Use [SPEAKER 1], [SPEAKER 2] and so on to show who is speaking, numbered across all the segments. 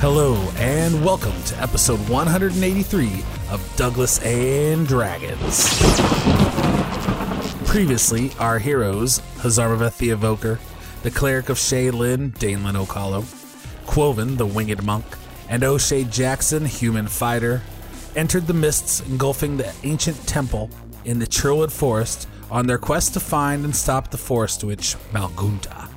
[SPEAKER 1] Hello, and welcome to episode 183 of Douglas and Dragons. Previously, our heroes, Hazarmaveth the Evoker, the Cleric of Shaylin, Danelin Okalo, Quoven, the Winged Monk, and O'Shea Jackson, Human Fighter, entered the mists engulfing the ancient temple in the Churlid Forest on their quest to find and stop the Forest Witch, Malgunta.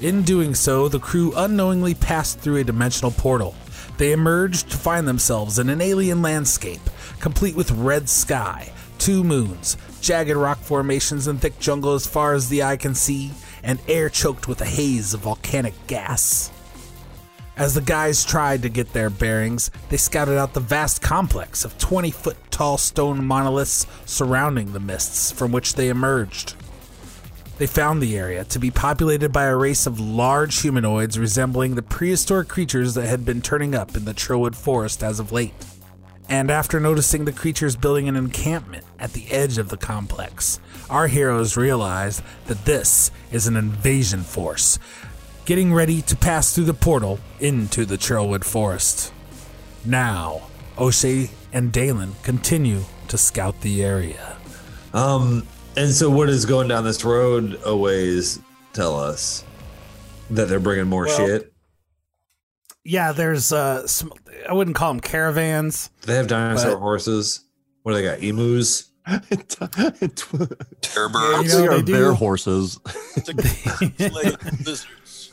[SPEAKER 1] In doing so, the crew unknowingly passed through a dimensional portal. They emerged to find themselves in an alien landscape, complete with red sky, two moons, jagged rock formations and thick jungle as far as the eye can see, and air choked with a haze of volcanic gas. As the guys tried to get their bearings, they scouted out the vast complex of 20 foot tall stone monoliths surrounding the mists from which they emerged. They found the area to be populated by a race of large humanoids resembling the prehistoric creatures that had been turning up in the Trowood Forest as of late. And after noticing the creatures building an encampment at the edge of the complex, our heroes realized that this is an invasion force, getting ready to pass through the portal into the Trowood Forest. Now, O'Shea and Dalen continue to scout the area.
[SPEAKER 2] Um, and so what is going down this road a ways tell us that they're bringing more
[SPEAKER 3] Well-
[SPEAKER 2] shit?
[SPEAKER 1] Yeah, there's uh, sm- I wouldn't call them caravans.
[SPEAKER 2] Do they have dinosaur
[SPEAKER 1] But-
[SPEAKER 2] horses? What do they got? Emus?
[SPEAKER 4] Terror
[SPEAKER 1] You
[SPEAKER 4] birds.
[SPEAKER 1] know,
[SPEAKER 5] they are
[SPEAKER 1] they do-
[SPEAKER 5] bear horses.
[SPEAKER 4] Like lizards.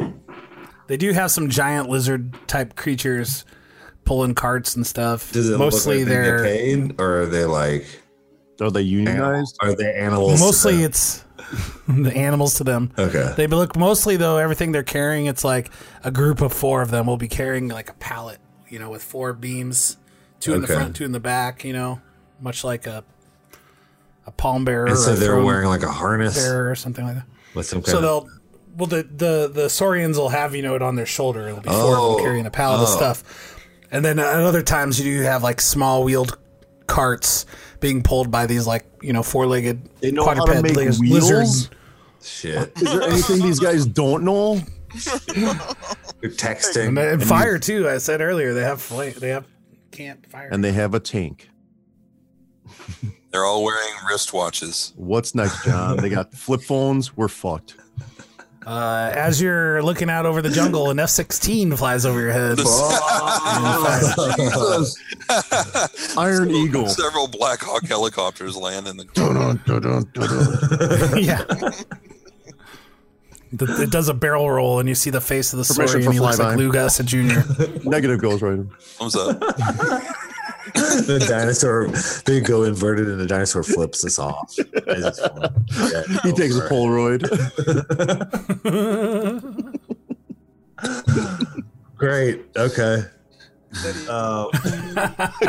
[SPEAKER 1] They do have some giant lizard type creatures pulling carts and stuff.
[SPEAKER 2] Does it
[SPEAKER 1] mostly
[SPEAKER 2] look like
[SPEAKER 1] they're
[SPEAKER 2] they get paid, or are they like
[SPEAKER 5] Are they unionized?
[SPEAKER 2] are they animals?
[SPEAKER 1] mostly it's the animals to them.
[SPEAKER 2] okay.
[SPEAKER 1] They look mostly though everything they're carrying. It's like a group of four of them will be carrying like a pallet, you know, with four beams, two in the
[SPEAKER 2] Okay.
[SPEAKER 1] front, two in the back. You know, much like a a palm bearer.
[SPEAKER 2] and so
[SPEAKER 1] or a
[SPEAKER 2] they're
[SPEAKER 1] throne
[SPEAKER 2] wearing like a harness
[SPEAKER 1] bearer or something like that.
[SPEAKER 2] with some kind
[SPEAKER 1] So
[SPEAKER 2] of
[SPEAKER 1] they'll well the the the Saurians will have you know it on their shoulder. It'll be four of
[SPEAKER 2] Oh.
[SPEAKER 1] them carrying a pallet of
[SPEAKER 2] Oh.
[SPEAKER 1] stuff, and then at other times you do have like small wheeled carts being pulled by these like you know four legged
[SPEAKER 5] They know
[SPEAKER 1] quadruped
[SPEAKER 5] how to make
[SPEAKER 1] liz-
[SPEAKER 5] wheels.
[SPEAKER 1] lizards.
[SPEAKER 2] shit.
[SPEAKER 5] Is there anything these guys don't know?
[SPEAKER 2] You're
[SPEAKER 1] And,
[SPEAKER 2] texting.
[SPEAKER 1] and fire too. I said earlier they have flame. They have campfire.
[SPEAKER 5] And they have a tank.
[SPEAKER 4] They're all wearing wristwatches.
[SPEAKER 5] What's next, John? They got flip phones. We're fucked.
[SPEAKER 1] uh, as you're looking out over the jungle, an F-16 flies over your head.
[SPEAKER 5] Iron Eagle.
[SPEAKER 4] Several Black Hawk helicopters land in the.
[SPEAKER 1] yeah. The- It does a barrel roll, and you see the face of the
[SPEAKER 5] Permission
[SPEAKER 1] Saurian.
[SPEAKER 5] for
[SPEAKER 1] He looks
[SPEAKER 5] flyby.
[SPEAKER 1] like Lou Gossett Jr.
[SPEAKER 5] Negative goes right. in.
[SPEAKER 4] Thumbs up.
[SPEAKER 2] the dinosaur they go inverted and the dinosaur flips us off. I just wanna get
[SPEAKER 5] He takes a
[SPEAKER 2] over it.
[SPEAKER 5] Polaroid.
[SPEAKER 2] Great. Okay. Uh,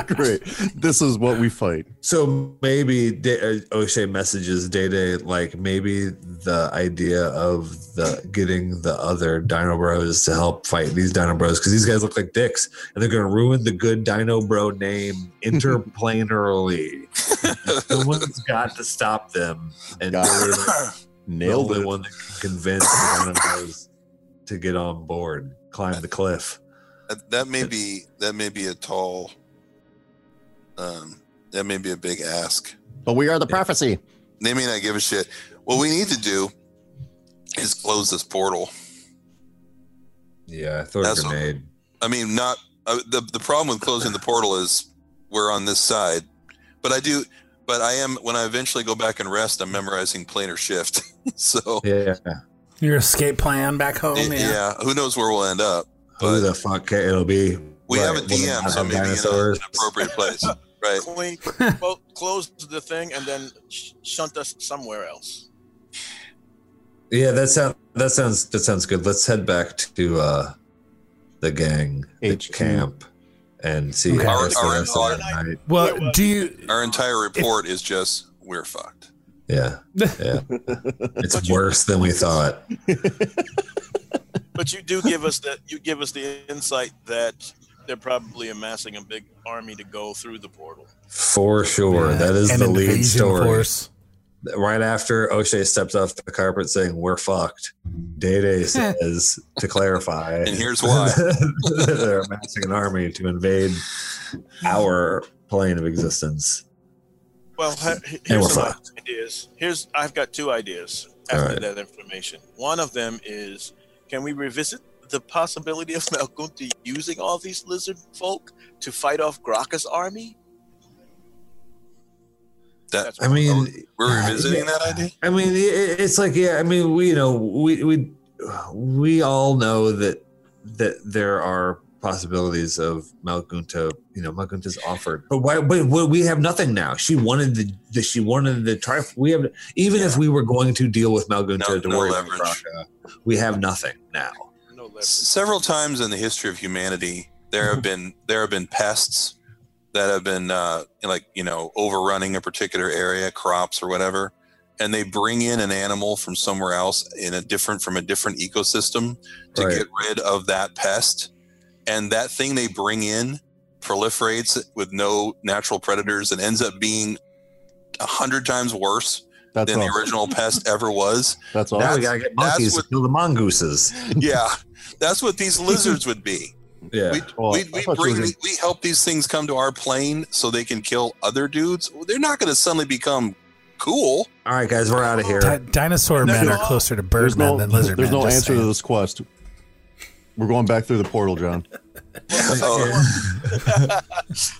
[SPEAKER 5] Great. This is what we fight.
[SPEAKER 2] So maybe Day- uh, O'Shea messages Day Day like maybe the idea of the getting the other Dino Bros to help fight these Dino Bros because these guys look like dicks and they're gonna ruin the good Dino Bro name interplanarily. Someone's got to stop them and
[SPEAKER 5] Got
[SPEAKER 2] they're the
[SPEAKER 5] Nailed
[SPEAKER 2] only
[SPEAKER 5] it.
[SPEAKER 2] one that can convince the Dino Bros to get on board, climb the cliff.
[SPEAKER 4] That, that may be that may be a tall. Um, that may be a big ask.
[SPEAKER 5] But we are the prophecy.
[SPEAKER 4] They may not give a shit. What we need to do is close this portal.
[SPEAKER 2] Yeah, I throw a
[SPEAKER 4] That's-
[SPEAKER 2] grenade.
[SPEAKER 4] I mean, not uh, the the problem with closing the portal is we're on this side, but I do, but I am when I eventually go back and rest, I'm memorizing planar shift. so
[SPEAKER 2] Yeah.
[SPEAKER 1] Your escape plan back home.
[SPEAKER 4] it-
[SPEAKER 1] yeah.
[SPEAKER 4] yeah, who knows where we'll end up?
[SPEAKER 2] Who the fuck ca- it'll be?
[SPEAKER 4] We
[SPEAKER 2] Right,
[SPEAKER 4] have a
[SPEAKER 2] we'll
[SPEAKER 4] DM,
[SPEAKER 2] have
[SPEAKER 4] so maybe in a-
[SPEAKER 2] dinosaurs.
[SPEAKER 4] uh, an appropriate place, right?
[SPEAKER 6] clean, well, close the thing and then sh- shunt us somewhere else.
[SPEAKER 2] Yeah, that sound that sounds that sounds good. Let's head back to uh the gang the
[SPEAKER 5] HQ.
[SPEAKER 2] camp and see
[SPEAKER 7] Okay.
[SPEAKER 2] how
[SPEAKER 4] Our-
[SPEAKER 2] it's the
[SPEAKER 4] our-
[SPEAKER 2] rest of the night.
[SPEAKER 7] Well, do you?
[SPEAKER 4] Our entire report is just we're fucked.
[SPEAKER 2] Yeah. Yeah.
[SPEAKER 6] But
[SPEAKER 2] it's
[SPEAKER 6] you-
[SPEAKER 2] worse than we thought.
[SPEAKER 6] But you do give us that you give us the insight that they're probably amassing a big army to go through the portal.
[SPEAKER 2] For sure. that is
[SPEAKER 7] An
[SPEAKER 2] the lead
[SPEAKER 7] invasion
[SPEAKER 2] story.
[SPEAKER 7] force.
[SPEAKER 2] Right after O'Shea steps off the carpet saying, We're fucked, Day Day says to clarify.
[SPEAKER 4] And here's why.
[SPEAKER 2] they're amassing an army to invade our plane of existence.
[SPEAKER 6] Well, he- he-
[SPEAKER 2] And we're
[SPEAKER 6] here's some ideas. Here's I've got two ideas
[SPEAKER 2] All
[SPEAKER 6] after
[SPEAKER 2] right.
[SPEAKER 6] that information. One of them is can we revisit the possibility of Malgunti using all these lizard folk to fight off Graka's army?
[SPEAKER 4] That-
[SPEAKER 6] That's
[SPEAKER 2] Uh, I
[SPEAKER 6] one.
[SPEAKER 2] mean,
[SPEAKER 4] We're revisiting that idea.
[SPEAKER 2] I mean, i- i- it's like yeah. I mean, we you know we we we all know that that there are possibilities of Malgunta. You know, Malgunta's offered, but why? But we- we have nothing now. She wanted the, the she wanted the trifle. We have even if we were going to deal with Malgunta
[SPEAKER 4] No-
[SPEAKER 2] to
[SPEAKER 4] no
[SPEAKER 2] worry
[SPEAKER 4] leverage.
[SPEAKER 2] about Raka, we have nothing now.
[SPEAKER 6] no leverage.
[SPEAKER 4] S- Several times in the history of humanity, there have been there have been pests that have been uh, like you know overrunning a particular area, crops or whatever, and they bring in an animal from somewhere else in a different from a different ecosystem to
[SPEAKER 2] Right.
[SPEAKER 4] get rid of that pest, and that thing they bring in proliferates with no natural predators and ends up being a hundred times worse
[SPEAKER 5] That's
[SPEAKER 4] than the
[SPEAKER 5] all.
[SPEAKER 4] original pest ever was.
[SPEAKER 5] That's all.
[SPEAKER 2] Now we gotta get
[SPEAKER 4] that's
[SPEAKER 2] monkeys
[SPEAKER 4] what-
[SPEAKER 2] to kill the mongooses.
[SPEAKER 4] Yeah, that's what these lizards would be.
[SPEAKER 2] Yeah,
[SPEAKER 4] We,
[SPEAKER 5] Well,
[SPEAKER 4] we,
[SPEAKER 5] I
[SPEAKER 4] we,
[SPEAKER 5] thought you
[SPEAKER 4] bring,
[SPEAKER 5] were
[SPEAKER 4] we, we help these things come to our plane so they can kill other dudes. Well, They're not going to suddenly become cool.
[SPEAKER 2] all right, guys, we're out of here.
[SPEAKER 7] Di- dinosaur men are closer to bird
[SPEAKER 5] There's
[SPEAKER 7] men
[SPEAKER 5] no,
[SPEAKER 7] than lizard
[SPEAKER 5] there's
[SPEAKER 7] men.
[SPEAKER 5] no
[SPEAKER 7] just
[SPEAKER 5] answer to
[SPEAKER 7] saying.
[SPEAKER 5] this quest. We're going back through the portal, John.
[SPEAKER 4] Oh.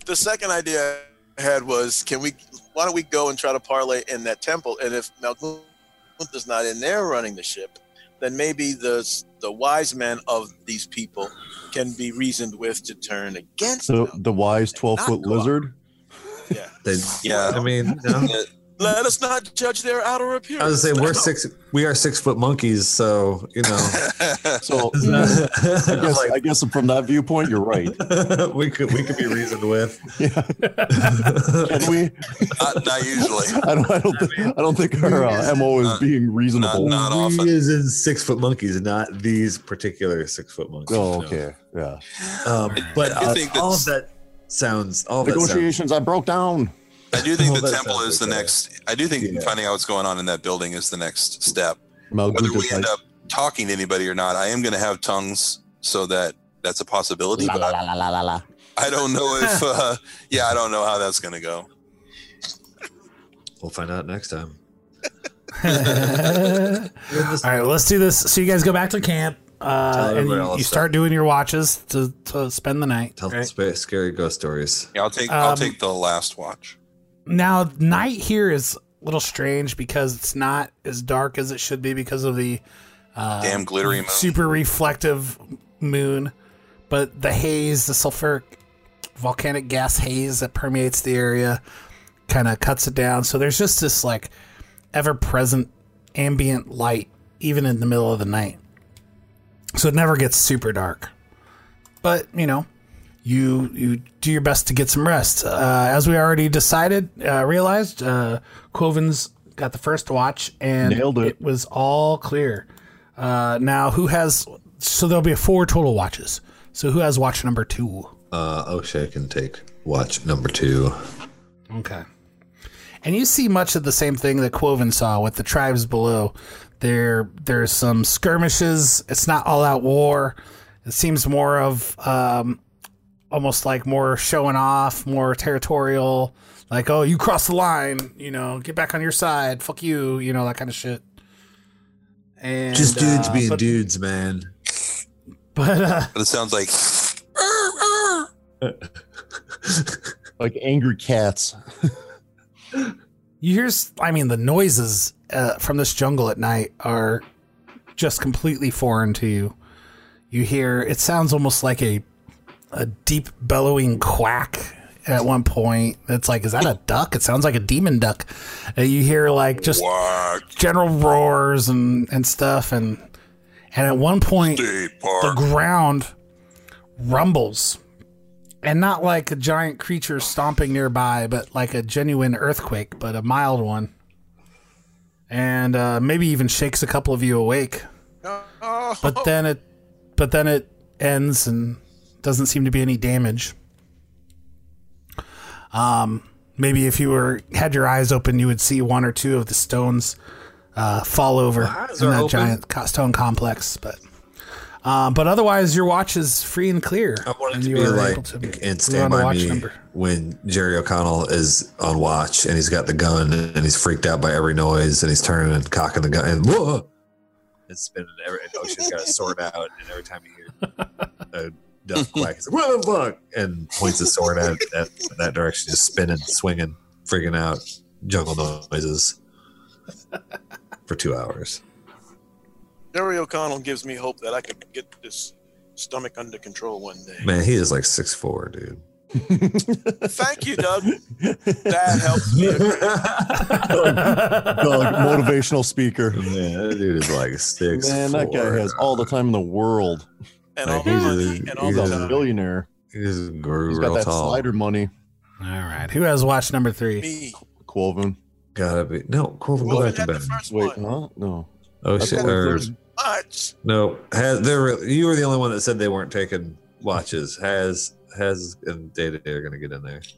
[SPEAKER 6] the second idea I had was, can we? Why don't we go and try to parlay in that temple? And if Malgunta's not in there running the ship, then maybe the the wise men of these people can be reasoned with to turn against
[SPEAKER 5] So
[SPEAKER 6] them.
[SPEAKER 5] the wise twelve foot
[SPEAKER 6] Not go up.
[SPEAKER 5] lizard.
[SPEAKER 6] Yeah.
[SPEAKER 2] They-
[SPEAKER 4] Yeah.
[SPEAKER 2] I mean, no.
[SPEAKER 6] Let us not judge their outer appearance.
[SPEAKER 2] I was gonna say we're
[SPEAKER 6] No.
[SPEAKER 2] six. We are six foot monkeys, so you know.
[SPEAKER 5] So I
[SPEAKER 2] I
[SPEAKER 5] guess, I guess from that viewpoint, you're right.
[SPEAKER 2] like, we could we could be reasoned with.
[SPEAKER 5] Yeah. Can we?
[SPEAKER 4] not, not usually.
[SPEAKER 5] I don't. I don't, think, I don't think our uh, mo is
[SPEAKER 4] Not-
[SPEAKER 5] being reasonable.
[SPEAKER 4] Not often.
[SPEAKER 2] We is in six foot monkeys, not these particular six foot monkeys.
[SPEAKER 5] oh, okay. Yeah.
[SPEAKER 2] No. Um, but
[SPEAKER 4] I do
[SPEAKER 2] uh,
[SPEAKER 4] think
[SPEAKER 2] all
[SPEAKER 4] that's-
[SPEAKER 2] of that sounds all of that sounds.
[SPEAKER 5] Negotiations. I broke down.
[SPEAKER 4] I do think
[SPEAKER 2] Well,
[SPEAKER 4] the
[SPEAKER 2] that
[SPEAKER 4] temple
[SPEAKER 2] sounds
[SPEAKER 4] is the
[SPEAKER 2] okay.
[SPEAKER 4] next. I do think
[SPEAKER 2] Yeah.
[SPEAKER 4] finding out what's going on in that building is the next step. Whether
[SPEAKER 5] Malgunta
[SPEAKER 4] we end
[SPEAKER 5] type.
[SPEAKER 4] up talking to anybody or not, I am going to have tongues so that that's a possibility. but I don't know if. Uh, yeah, I don't know how that's going to go.
[SPEAKER 2] We'll find out next time.
[SPEAKER 7] All right, well, let's do this. So you guys go back to camp,
[SPEAKER 2] Tell
[SPEAKER 7] uh, and
[SPEAKER 2] everybody
[SPEAKER 7] you,
[SPEAKER 2] all
[SPEAKER 7] you
[SPEAKER 2] the
[SPEAKER 7] start doing your watches to, to spend the night.
[SPEAKER 2] Tell
[SPEAKER 7] right?
[SPEAKER 2] sp- scary ghost stories.
[SPEAKER 4] Yeah, I'll take. I'll
[SPEAKER 7] Um,
[SPEAKER 4] take the last watch.
[SPEAKER 7] Now, night here is a little strange because it's not as dark as it should be because of the uh,
[SPEAKER 4] Damn glittery moon.
[SPEAKER 7] super reflective moon, but the haze, the sulfuric volcanic gas haze that permeates the area kind of cuts it down. So there's just this like ever present ambient light, even in the middle of the night. So it never gets super dark. But, you know, you you do your best to get some rest. Uh, as we already decided, uh, realized, uh, Quoven's got the first watch and
[SPEAKER 5] Nailed it.
[SPEAKER 7] it was all clear. Uh, now, who has? So there'll be four total watches. So who has watch number two?
[SPEAKER 2] Uh, O'Shea can take watch number two.
[SPEAKER 7] Okay. And you see much of the same thing that Quoven saw with the tribes below. There, there's some skirmishes. It's not all out war. It seems more of um, almost like more showing off, more territorial. Like, oh, you crossed the line. You know, get back on your side. Fuck you. You know that kind of shit. And
[SPEAKER 2] Just dudes
[SPEAKER 7] uh,
[SPEAKER 2] being
[SPEAKER 7] but,
[SPEAKER 2] dudes, man.
[SPEAKER 7] But uh,
[SPEAKER 4] But it sounds like
[SPEAKER 5] like angry cats.
[SPEAKER 7] You hear, s- I mean, the noises uh, from this jungle at night are just completely foreign to you. You hear, it sounds almost like a a deep bellowing quack at one point. It's like, is that a duck? It sounds like a demon duck. And you hear like just
[SPEAKER 4] Why
[SPEAKER 7] general roars and, and stuff and and at one point
[SPEAKER 4] state
[SPEAKER 7] the
[SPEAKER 4] park?
[SPEAKER 7] ground rumbles and not like a giant creature stomping nearby but like a genuine earthquake but a mild one and uh, maybe even shakes a couple of you awake
[SPEAKER 6] Oh,
[SPEAKER 7] but then it but then it ends and doesn't seem to be any damage um maybe if you were had your eyes open you would see one or two of the stones uh fall over
[SPEAKER 2] eyes
[SPEAKER 7] in
[SPEAKER 2] are
[SPEAKER 7] that
[SPEAKER 2] open.
[SPEAKER 7] giant co- stone complex but um but otherwise your watch is free and clear
[SPEAKER 2] I want it
[SPEAKER 7] and
[SPEAKER 2] to
[SPEAKER 7] you
[SPEAKER 2] be
[SPEAKER 7] are
[SPEAKER 2] like
[SPEAKER 7] able to-
[SPEAKER 2] in
[SPEAKER 7] you're
[SPEAKER 2] Stand
[SPEAKER 7] on a
[SPEAKER 2] By
[SPEAKER 7] watch
[SPEAKER 2] Me
[SPEAKER 7] number.
[SPEAKER 2] when Jerry O'Connell is on watch and he's got the gun and he's freaked out by every noise and he's turning and cocking the gun and whoa, it's spinning. Every, and Ocean's got a sword out and every time you hear a duck quack, he's like, "What the fuck?" and points his sword at, at that direction, just spinning, swinging, freaking out, jungle noises for two hours.
[SPEAKER 6] Jerry O'Connell gives me hope that I could get this stomach under control one day.
[SPEAKER 2] Man, he is like six four, dude.
[SPEAKER 6] Thank you, Doug. That helps me.
[SPEAKER 5] Doug, motivational speaker.
[SPEAKER 2] Man, that dude is like six.
[SPEAKER 5] Man, that guy
[SPEAKER 2] four.
[SPEAKER 5] has all the time in the world.
[SPEAKER 6] And all
[SPEAKER 2] Like,
[SPEAKER 6] the
[SPEAKER 2] he's
[SPEAKER 6] money
[SPEAKER 2] a-
[SPEAKER 6] and all
[SPEAKER 5] He's
[SPEAKER 6] the
[SPEAKER 2] Yeah.
[SPEAKER 5] a
[SPEAKER 6] time.
[SPEAKER 5] billionaire.
[SPEAKER 2] He's grew
[SPEAKER 5] He's
[SPEAKER 2] real
[SPEAKER 5] got that
[SPEAKER 2] tall.
[SPEAKER 5] slider money.
[SPEAKER 7] all right who has watch number three
[SPEAKER 6] Me.
[SPEAKER 5] Quoven.
[SPEAKER 2] Gotta be no. Corbin,
[SPEAKER 6] Well,
[SPEAKER 2] go
[SPEAKER 6] we
[SPEAKER 2] back to
[SPEAKER 6] had the
[SPEAKER 2] bed.
[SPEAKER 6] first
[SPEAKER 5] Wait,
[SPEAKER 6] one.
[SPEAKER 5] no, no.
[SPEAKER 2] Oh
[SPEAKER 5] That's
[SPEAKER 2] shit!
[SPEAKER 5] only
[SPEAKER 2] or-
[SPEAKER 5] thirty.
[SPEAKER 6] Watch.
[SPEAKER 2] no, has there? You were the only one that said they weren't taking watches. Has has and Day Day are gonna get in there.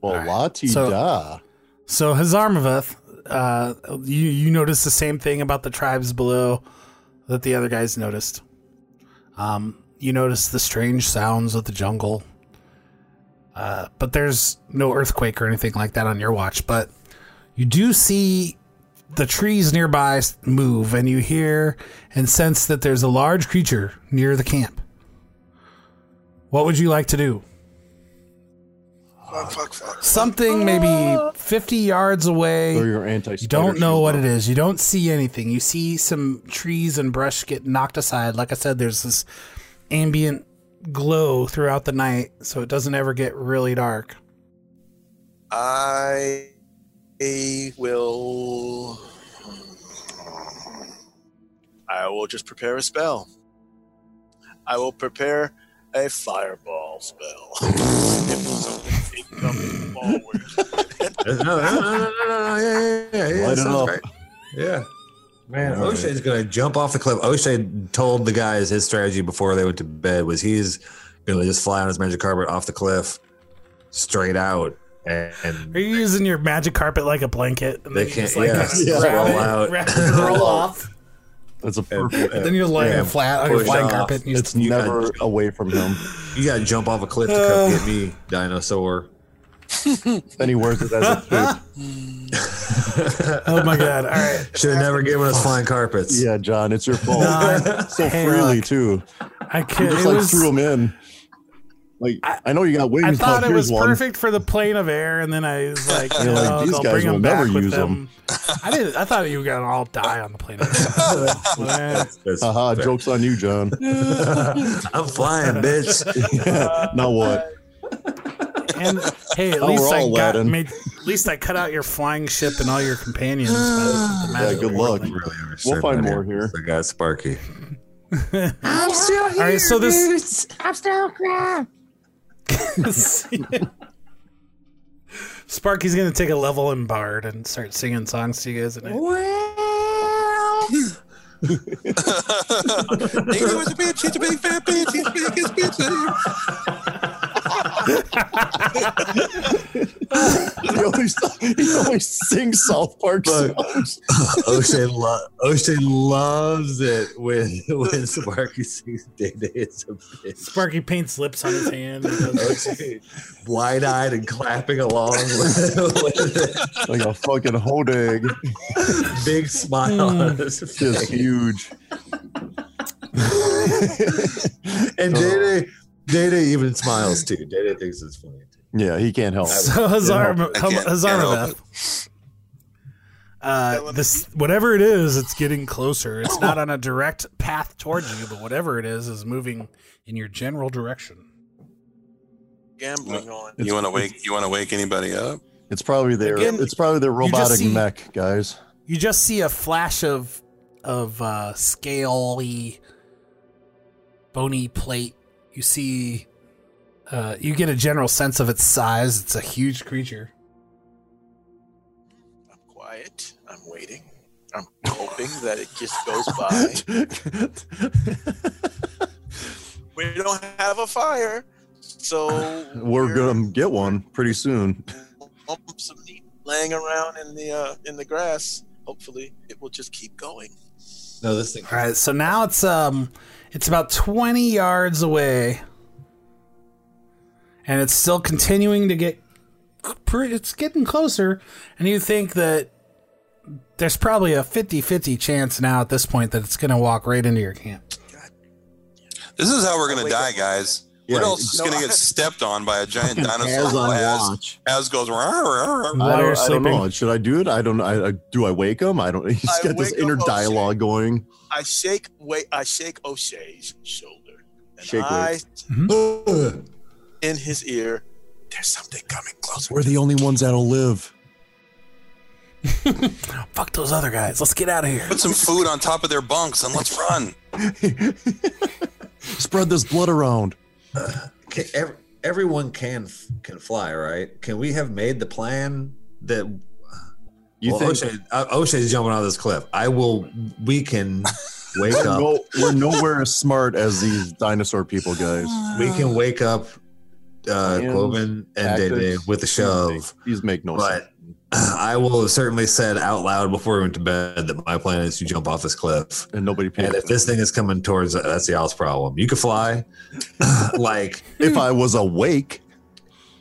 [SPEAKER 5] Well,
[SPEAKER 7] All right.
[SPEAKER 5] la ti
[SPEAKER 7] So-
[SPEAKER 5] da.
[SPEAKER 7] so hazarmaveth uh you you notice the same thing about the tribes below that the other guys noticed um you notice the strange sounds of the jungle uh but there's no earthquake or anything like that on your watch but you do see the trees nearby s- move and you hear and sense that there's a large creature near the camp what would you like to do
[SPEAKER 6] Oh, Fuck, fuck, fuck.
[SPEAKER 7] something maybe 50 yards away
[SPEAKER 5] Throw your anti.
[SPEAKER 7] you don't know what it is. You don't see anything. You see some trees and brush get knocked aside. Like I said, there's this ambient glow throughout the night, so it doesn't ever get really dark.
[SPEAKER 6] I will. I will just prepare a spell. I will prepare a fireball spell. if something comes forward.
[SPEAKER 2] no, no, no, no, no, no, yeah, yeah, yeah, yeah.
[SPEAKER 5] Light it
[SPEAKER 2] sounds
[SPEAKER 5] up.
[SPEAKER 2] right. Yeah. Man,
[SPEAKER 5] All right.
[SPEAKER 2] O'Shea's gonna jump off the cliff. O'Shea told the guys his strategy before they went to bed was he's gonna just fly on his magic carpet off the cliff, straight out, and, and
[SPEAKER 7] Are you using your magic carpet like a blanket? And
[SPEAKER 2] They
[SPEAKER 7] then you
[SPEAKER 2] can't-
[SPEAKER 7] just, like,
[SPEAKER 2] yeah. Yeah.
[SPEAKER 7] kinda grab
[SPEAKER 2] Roll
[SPEAKER 7] it,
[SPEAKER 2] out.
[SPEAKER 7] wrap it, roll off.
[SPEAKER 5] That's a perfect.
[SPEAKER 7] Then you're laying
[SPEAKER 2] Yeah.
[SPEAKER 7] flat on your
[SPEAKER 2] Push
[SPEAKER 7] flying
[SPEAKER 2] off.
[SPEAKER 7] carpet. And you
[SPEAKER 5] It's never away from him.
[SPEAKER 2] you gotta jump off a cliff to come get
[SPEAKER 5] Uh,
[SPEAKER 2] me, dinosaur.
[SPEAKER 5] Then he wears it as a suit.
[SPEAKER 7] oh my god! All right,
[SPEAKER 2] Should have never given us flying carpets.
[SPEAKER 5] Yeah, John, it's your fault.
[SPEAKER 7] No,
[SPEAKER 5] so
[SPEAKER 7] hey,
[SPEAKER 5] freely too.
[SPEAKER 7] I
[SPEAKER 5] You
[SPEAKER 7] can't.
[SPEAKER 5] just
[SPEAKER 7] it
[SPEAKER 5] like
[SPEAKER 7] was-
[SPEAKER 5] threw him in. Like I, know you got wings.
[SPEAKER 7] I
[SPEAKER 5] but
[SPEAKER 7] thought it
[SPEAKER 5] here's
[SPEAKER 7] was
[SPEAKER 5] one.
[SPEAKER 7] perfect for the plane of air, and then I was like,
[SPEAKER 5] You're like,
[SPEAKER 7] "No,
[SPEAKER 5] "These
[SPEAKER 7] I'll
[SPEAKER 5] guys
[SPEAKER 7] bring
[SPEAKER 5] will
[SPEAKER 7] them
[SPEAKER 5] never
[SPEAKER 7] back with
[SPEAKER 5] use
[SPEAKER 7] them." I didn't. I thought you were gonna all die on the plane of air. Well,
[SPEAKER 2] That's
[SPEAKER 5] Haha,
[SPEAKER 2] fair.
[SPEAKER 5] joke's on you, John.
[SPEAKER 2] I'm flying, bitch.
[SPEAKER 5] now what?
[SPEAKER 7] and hey, at
[SPEAKER 5] Oh,
[SPEAKER 7] least
[SPEAKER 5] we're
[SPEAKER 7] I
[SPEAKER 5] all
[SPEAKER 7] got
[SPEAKER 5] Aladdin.
[SPEAKER 7] made, at least I cut out your flying ship and all your companions. by the
[SPEAKER 5] Yeah,
[SPEAKER 7] magic
[SPEAKER 5] good
[SPEAKER 7] world.
[SPEAKER 5] luck.
[SPEAKER 2] Really
[SPEAKER 5] We'll find more here.
[SPEAKER 2] The guy Sparky.
[SPEAKER 5] Oh,
[SPEAKER 7] All right, so this
[SPEAKER 8] I'm still crap.
[SPEAKER 7] Sparky's gonna take a level in Bard and start singing songs to you guys tonight.
[SPEAKER 4] He was a bitch. He's a big fat bitch. He's big as bitch.
[SPEAKER 5] He always, he always sings South Park
[SPEAKER 2] Look.
[SPEAKER 5] songs.
[SPEAKER 2] O'Shea, lo- O'Shea loves it when when Sparky sees Day Day is a bitch.
[SPEAKER 7] Sparky paints lips on his hand. and goes,
[SPEAKER 2] O'Shea, wide eyed and clapping along with, with
[SPEAKER 5] Like a fucking hodag.
[SPEAKER 2] a big smile on his
[SPEAKER 5] Just
[SPEAKER 2] face.
[SPEAKER 5] huge.
[SPEAKER 2] And Day Day, Day Day even smiles too. Day Day thinks it's funny.
[SPEAKER 5] yeah, he can't help. it.
[SPEAKER 7] So Hazar,
[SPEAKER 4] I can't- can't help
[SPEAKER 7] Hazarmaveth. Uh, this whatever it is, it's getting closer. It's not on a direct path towards you, but whatever it is is moving in your general direction.
[SPEAKER 6] gambling going.
[SPEAKER 4] You want to wake? You want to wake anybody up?
[SPEAKER 5] It's probably their
[SPEAKER 7] Again,
[SPEAKER 5] it's probably their
[SPEAKER 7] just
[SPEAKER 5] robotic
[SPEAKER 7] see-
[SPEAKER 5] mech, guys.
[SPEAKER 7] You just see a flash of of uh, scaly, bony plate. You see, uh, you get a general sense of its size. It's a huge creature.
[SPEAKER 6] I'm quiet. I'm waiting. I'm hoping that it just goes by. we don't have a fire, so
[SPEAKER 5] We're gonna get one pretty soon.
[SPEAKER 6] lumps of meat laying around in the uh, in the grass. Hopefully, it will just keep going.
[SPEAKER 2] No, this thing.
[SPEAKER 7] All right, so now it's um, it's about twenty yards away, and it's still continuing to get. pre- It's getting closer, and you think that there's probably a 50-50 chance now at this point that it's going to walk right into your camp.
[SPEAKER 4] This is how we're
[SPEAKER 6] Oh,
[SPEAKER 4] gonna
[SPEAKER 6] wake
[SPEAKER 4] die,
[SPEAKER 6] up.
[SPEAKER 4] guys.
[SPEAKER 5] Yeah,
[SPEAKER 4] what else is
[SPEAKER 6] no,
[SPEAKER 4] gonna
[SPEAKER 6] I-
[SPEAKER 4] get stepped on by a giant dinosaur?
[SPEAKER 5] As on
[SPEAKER 4] as,
[SPEAKER 5] watch.
[SPEAKER 4] as goes. "Rah, rah, rah."
[SPEAKER 7] While
[SPEAKER 5] I don't,
[SPEAKER 7] you're
[SPEAKER 5] I don't
[SPEAKER 7] sleeping.
[SPEAKER 5] know. Should I do it? I don't. I, I do. I wake him. I don't. He's
[SPEAKER 6] I
[SPEAKER 5] got this
[SPEAKER 6] wake 'em
[SPEAKER 5] inner
[SPEAKER 6] up,
[SPEAKER 5] dialogue going.
[SPEAKER 6] I shake. Wait. I shake O'Shea's shoulder, and
[SPEAKER 5] Shake
[SPEAKER 6] I Mm-hmm.
[SPEAKER 2] Ugh.
[SPEAKER 6] in his ear. There's something coming closer.
[SPEAKER 5] We're the only ones that'll live.
[SPEAKER 7] Fuck those other guys. Let's get out of here.
[SPEAKER 4] Put some food on top of their bunks and let's run.
[SPEAKER 5] Spread this blood around.
[SPEAKER 2] Can, ev- everyone can f- can fly, right? Can we have made the plan that
[SPEAKER 5] You
[SPEAKER 2] well,
[SPEAKER 5] think
[SPEAKER 2] O'Shea, uh, O'Shea's jumping off this cliff? I will. We can wake
[SPEAKER 5] we're,
[SPEAKER 2] up.
[SPEAKER 5] no, we're nowhere as smart as these dinosaur people, guys.
[SPEAKER 2] We can wake up uh,
[SPEAKER 5] Lions,
[SPEAKER 2] Quoven and Day Day
[SPEAKER 5] Active.
[SPEAKER 2] with a shove.
[SPEAKER 5] These make no sense.
[SPEAKER 2] But I will have certainly said out loud before we went to bed that my plan is to jump off this cliff.
[SPEAKER 5] and nobody paid.
[SPEAKER 2] And if this thing is coming towards us, that's y'all's problem. You can fly. like
[SPEAKER 5] if I was awake,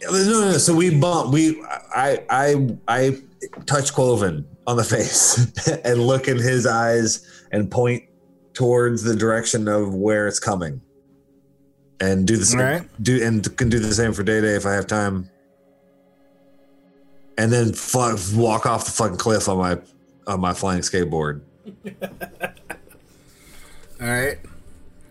[SPEAKER 2] no, no, no. So we bump. We I I I touch Cloven on the face and look in his eyes and point towards the direction of where it's coming. And do the same.
[SPEAKER 7] All right.
[SPEAKER 2] Do and can do the same for Day Day if I have time. And then fuck, walk off the fucking cliff on my on my flying skateboard.
[SPEAKER 7] All right.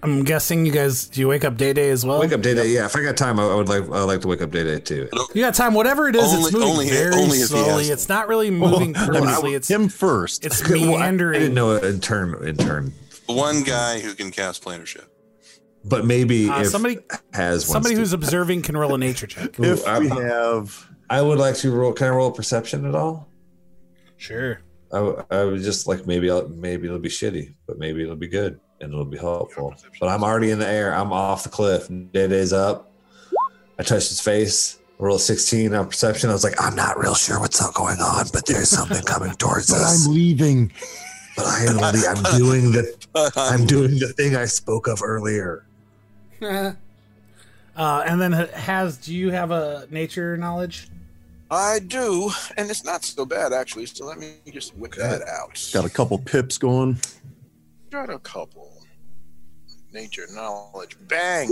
[SPEAKER 7] I'm guessing you guys. Do you wake up Day Day as well?
[SPEAKER 2] Wake up Day Day. Yeah, if I got time, I, I would like I would like to wake up Day Day too.
[SPEAKER 7] You got time. Whatever it is,
[SPEAKER 4] Only-
[SPEAKER 7] it's moving
[SPEAKER 4] only-
[SPEAKER 7] very
[SPEAKER 4] only if he
[SPEAKER 7] slowly.
[SPEAKER 4] has-
[SPEAKER 7] It's not really
[SPEAKER 5] Oh.
[SPEAKER 7] moving purposely. It's
[SPEAKER 5] him first.
[SPEAKER 7] it's
[SPEAKER 2] Well, I- I
[SPEAKER 7] meandering.
[SPEAKER 2] didn't know it in turn in turn,
[SPEAKER 4] One guy who can cast planership.
[SPEAKER 2] but maybe
[SPEAKER 7] Uh,
[SPEAKER 2] if
[SPEAKER 7] somebody-
[SPEAKER 2] has one
[SPEAKER 7] Somebody
[SPEAKER 2] Steve.
[SPEAKER 7] who's observing can roll a nature check.
[SPEAKER 2] Ooh,
[SPEAKER 5] if
[SPEAKER 2] I-
[SPEAKER 5] we have,
[SPEAKER 2] I would like to roll. Can I roll perception at all?
[SPEAKER 7] Sure.
[SPEAKER 2] I, w- I would just like maybe I'll, maybe it'll be shitty, but maybe it'll be good and it'll be helpful. But I'm already in the air. I'm off the cliff. Dead is up. I touched his face. Roll a 16 on perception. I was like, I'm not real sure what's all going on, but there's something coming towards
[SPEAKER 5] but
[SPEAKER 2] us.
[SPEAKER 5] I'm leaving.
[SPEAKER 2] But I am, le- I'm doing the I'm doing the thing I spoke of earlier.
[SPEAKER 7] uh, and then has do you have a nature knowledge?
[SPEAKER 6] I do, and it's not so bad actually. So let me just whip that out.
[SPEAKER 5] Got a couple pips going.
[SPEAKER 6] Got a couple. Nature knowledge. Bang.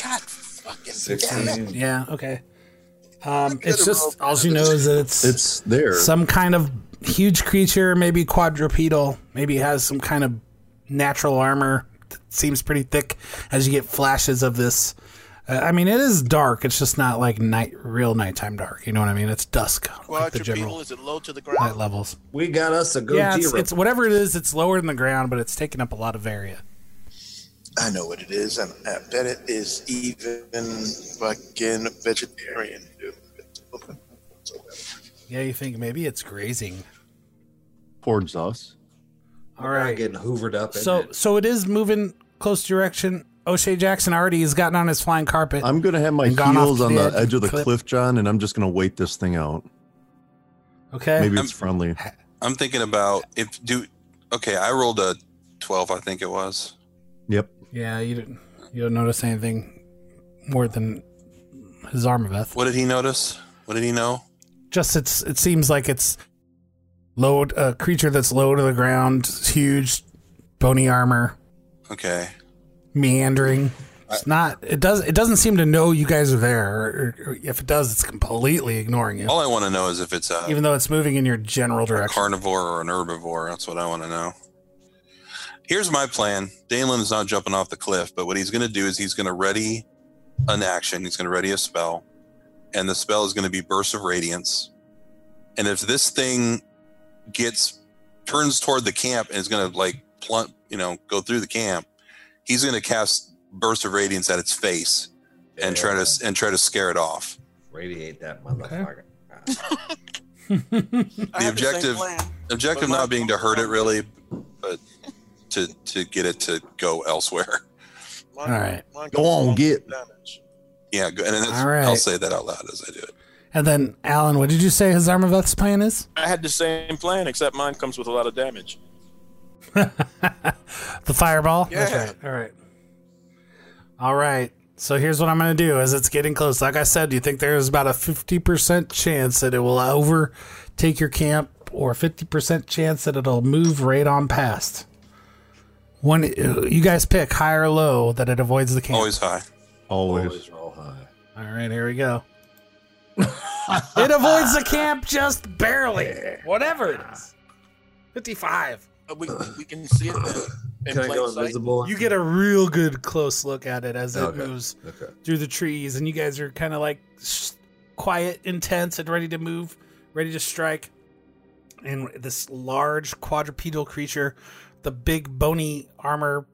[SPEAKER 6] God fucking damn it.
[SPEAKER 7] Yeah. Okay. Um,
[SPEAKER 6] could've
[SPEAKER 7] it's just
[SPEAKER 6] rolled
[SPEAKER 7] all you know is that it's
[SPEAKER 5] It's there.
[SPEAKER 7] some kind of huge creature, maybe quadrupedal, maybe has some kind of natural armor that seems pretty thick as you get flashes of this. Uh, I mean, it is dark. It's just not like night, real nighttime dark. You know what I mean? It's dusk, like the
[SPEAKER 6] Quadrupedal,
[SPEAKER 7] general
[SPEAKER 6] is it low to the
[SPEAKER 7] night
[SPEAKER 6] ground?
[SPEAKER 7] levels.
[SPEAKER 2] We got us a Gojira.
[SPEAKER 7] Yeah, it's, it's whatever it is. It's lower than the ground, but it's taking up a lot of area.
[SPEAKER 6] I know what it is, and I bet it is even fucking vegetarian, dude.
[SPEAKER 7] Yeah, you think maybe it's grazing.
[SPEAKER 5] towards us.
[SPEAKER 7] All right.
[SPEAKER 2] getting hoovered up. in
[SPEAKER 7] So,
[SPEAKER 2] it.
[SPEAKER 7] so it is moving close direction. O'Shea Jackson already has gotten on his flying carpet.
[SPEAKER 5] I'm gonna have my
[SPEAKER 7] And gone off
[SPEAKER 5] heels
[SPEAKER 7] to
[SPEAKER 5] on
[SPEAKER 7] the
[SPEAKER 5] the
[SPEAKER 7] edge of
[SPEAKER 5] edge of the
[SPEAKER 7] cliff.
[SPEAKER 5] cliff, John, and I'm just gonna wait this thing out.
[SPEAKER 7] okay.
[SPEAKER 5] Maybe
[SPEAKER 4] I'm-
[SPEAKER 5] it's friendly.
[SPEAKER 4] I'm thinking about if do. Okay, I rolled a twelve. I think it was.
[SPEAKER 5] Yep.
[SPEAKER 7] Yeah, you didn't. You don't notice anything more than his Zarmaveth.
[SPEAKER 4] What did he notice? What did he know?
[SPEAKER 7] Just it's. It seems like it's low. A creature that's low to the ground, it's huge, bony armor,
[SPEAKER 4] Okay.
[SPEAKER 7] meandering. It's not. It does. It doesn't seem to know you guys are there. Or, or if it does, it's completely ignoring you.
[SPEAKER 4] All I want to know is if it's a
[SPEAKER 5] Oh.
[SPEAKER 7] Even though it's moving in your general direction.
[SPEAKER 4] carnivore or an herbivore. That's what I want to know. Here's my plan. Dalen is not jumping off the cliff, but what he's going to do is he's going to ready an action. He's going to ready a spell, and the spell is going to be Burst of Radiance. And if this thing gets turns toward the camp and is going to like plump, you know, go through the camp, he's going to cast Burst of Radiance at its face and try to and try to scare it off.
[SPEAKER 2] radiate that motherfucker.
[SPEAKER 6] I have same
[SPEAKER 4] objective-
[SPEAKER 6] plan.
[SPEAKER 4] Objective
[SPEAKER 6] But my-
[SPEAKER 4] not being to hurt it really, but to to get it to go elsewhere.
[SPEAKER 6] Mine-
[SPEAKER 7] All right.
[SPEAKER 6] mine
[SPEAKER 5] Go on,
[SPEAKER 6] goes
[SPEAKER 5] get.
[SPEAKER 6] damage.
[SPEAKER 4] Yeah, go- and then that's,
[SPEAKER 7] All right.
[SPEAKER 4] I'll say that out loud as I do it.
[SPEAKER 7] And then, Alan, what did you say Hazarmaveth's plan is?
[SPEAKER 6] I had the same plan, except mine comes with a lot of damage.
[SPEAKER 7] The fireball?
[SPEAKER 6] Yeah.
[SPEAKER 7] That's right. All right. All right. So here's what I'm going to do as it's getting close. Like I said, you think there's about a 50% chance that it will overtake your camp or 50% chance that it'll move right on past. One, you guys pick high or low that it avoids the camp.
[SPEAKER 4] Always high.
[SPEAKER 2] Always roll high.
[SPEAKER 7] All right, here we go. it avoids the camp just barely. Whatever it is. 55.
[SPEAKER 6] But we, we can see it in
[SPEAKER 2] Can I go
[SPEAKER 6] plain sight.
[SPEAKER 2] invisible?
[SPEAKER 7] You get a real good close look at it as it
[SPEAKER 2] Okay.
[SPEAKER 7] moves
[SPEAKER 2] okay.
[SPEAKER 7] through the trees, and you guys are kind of like s- quiet, intense, and ready to move, ready to strike. And this large quadrupedal creature, the big bony armor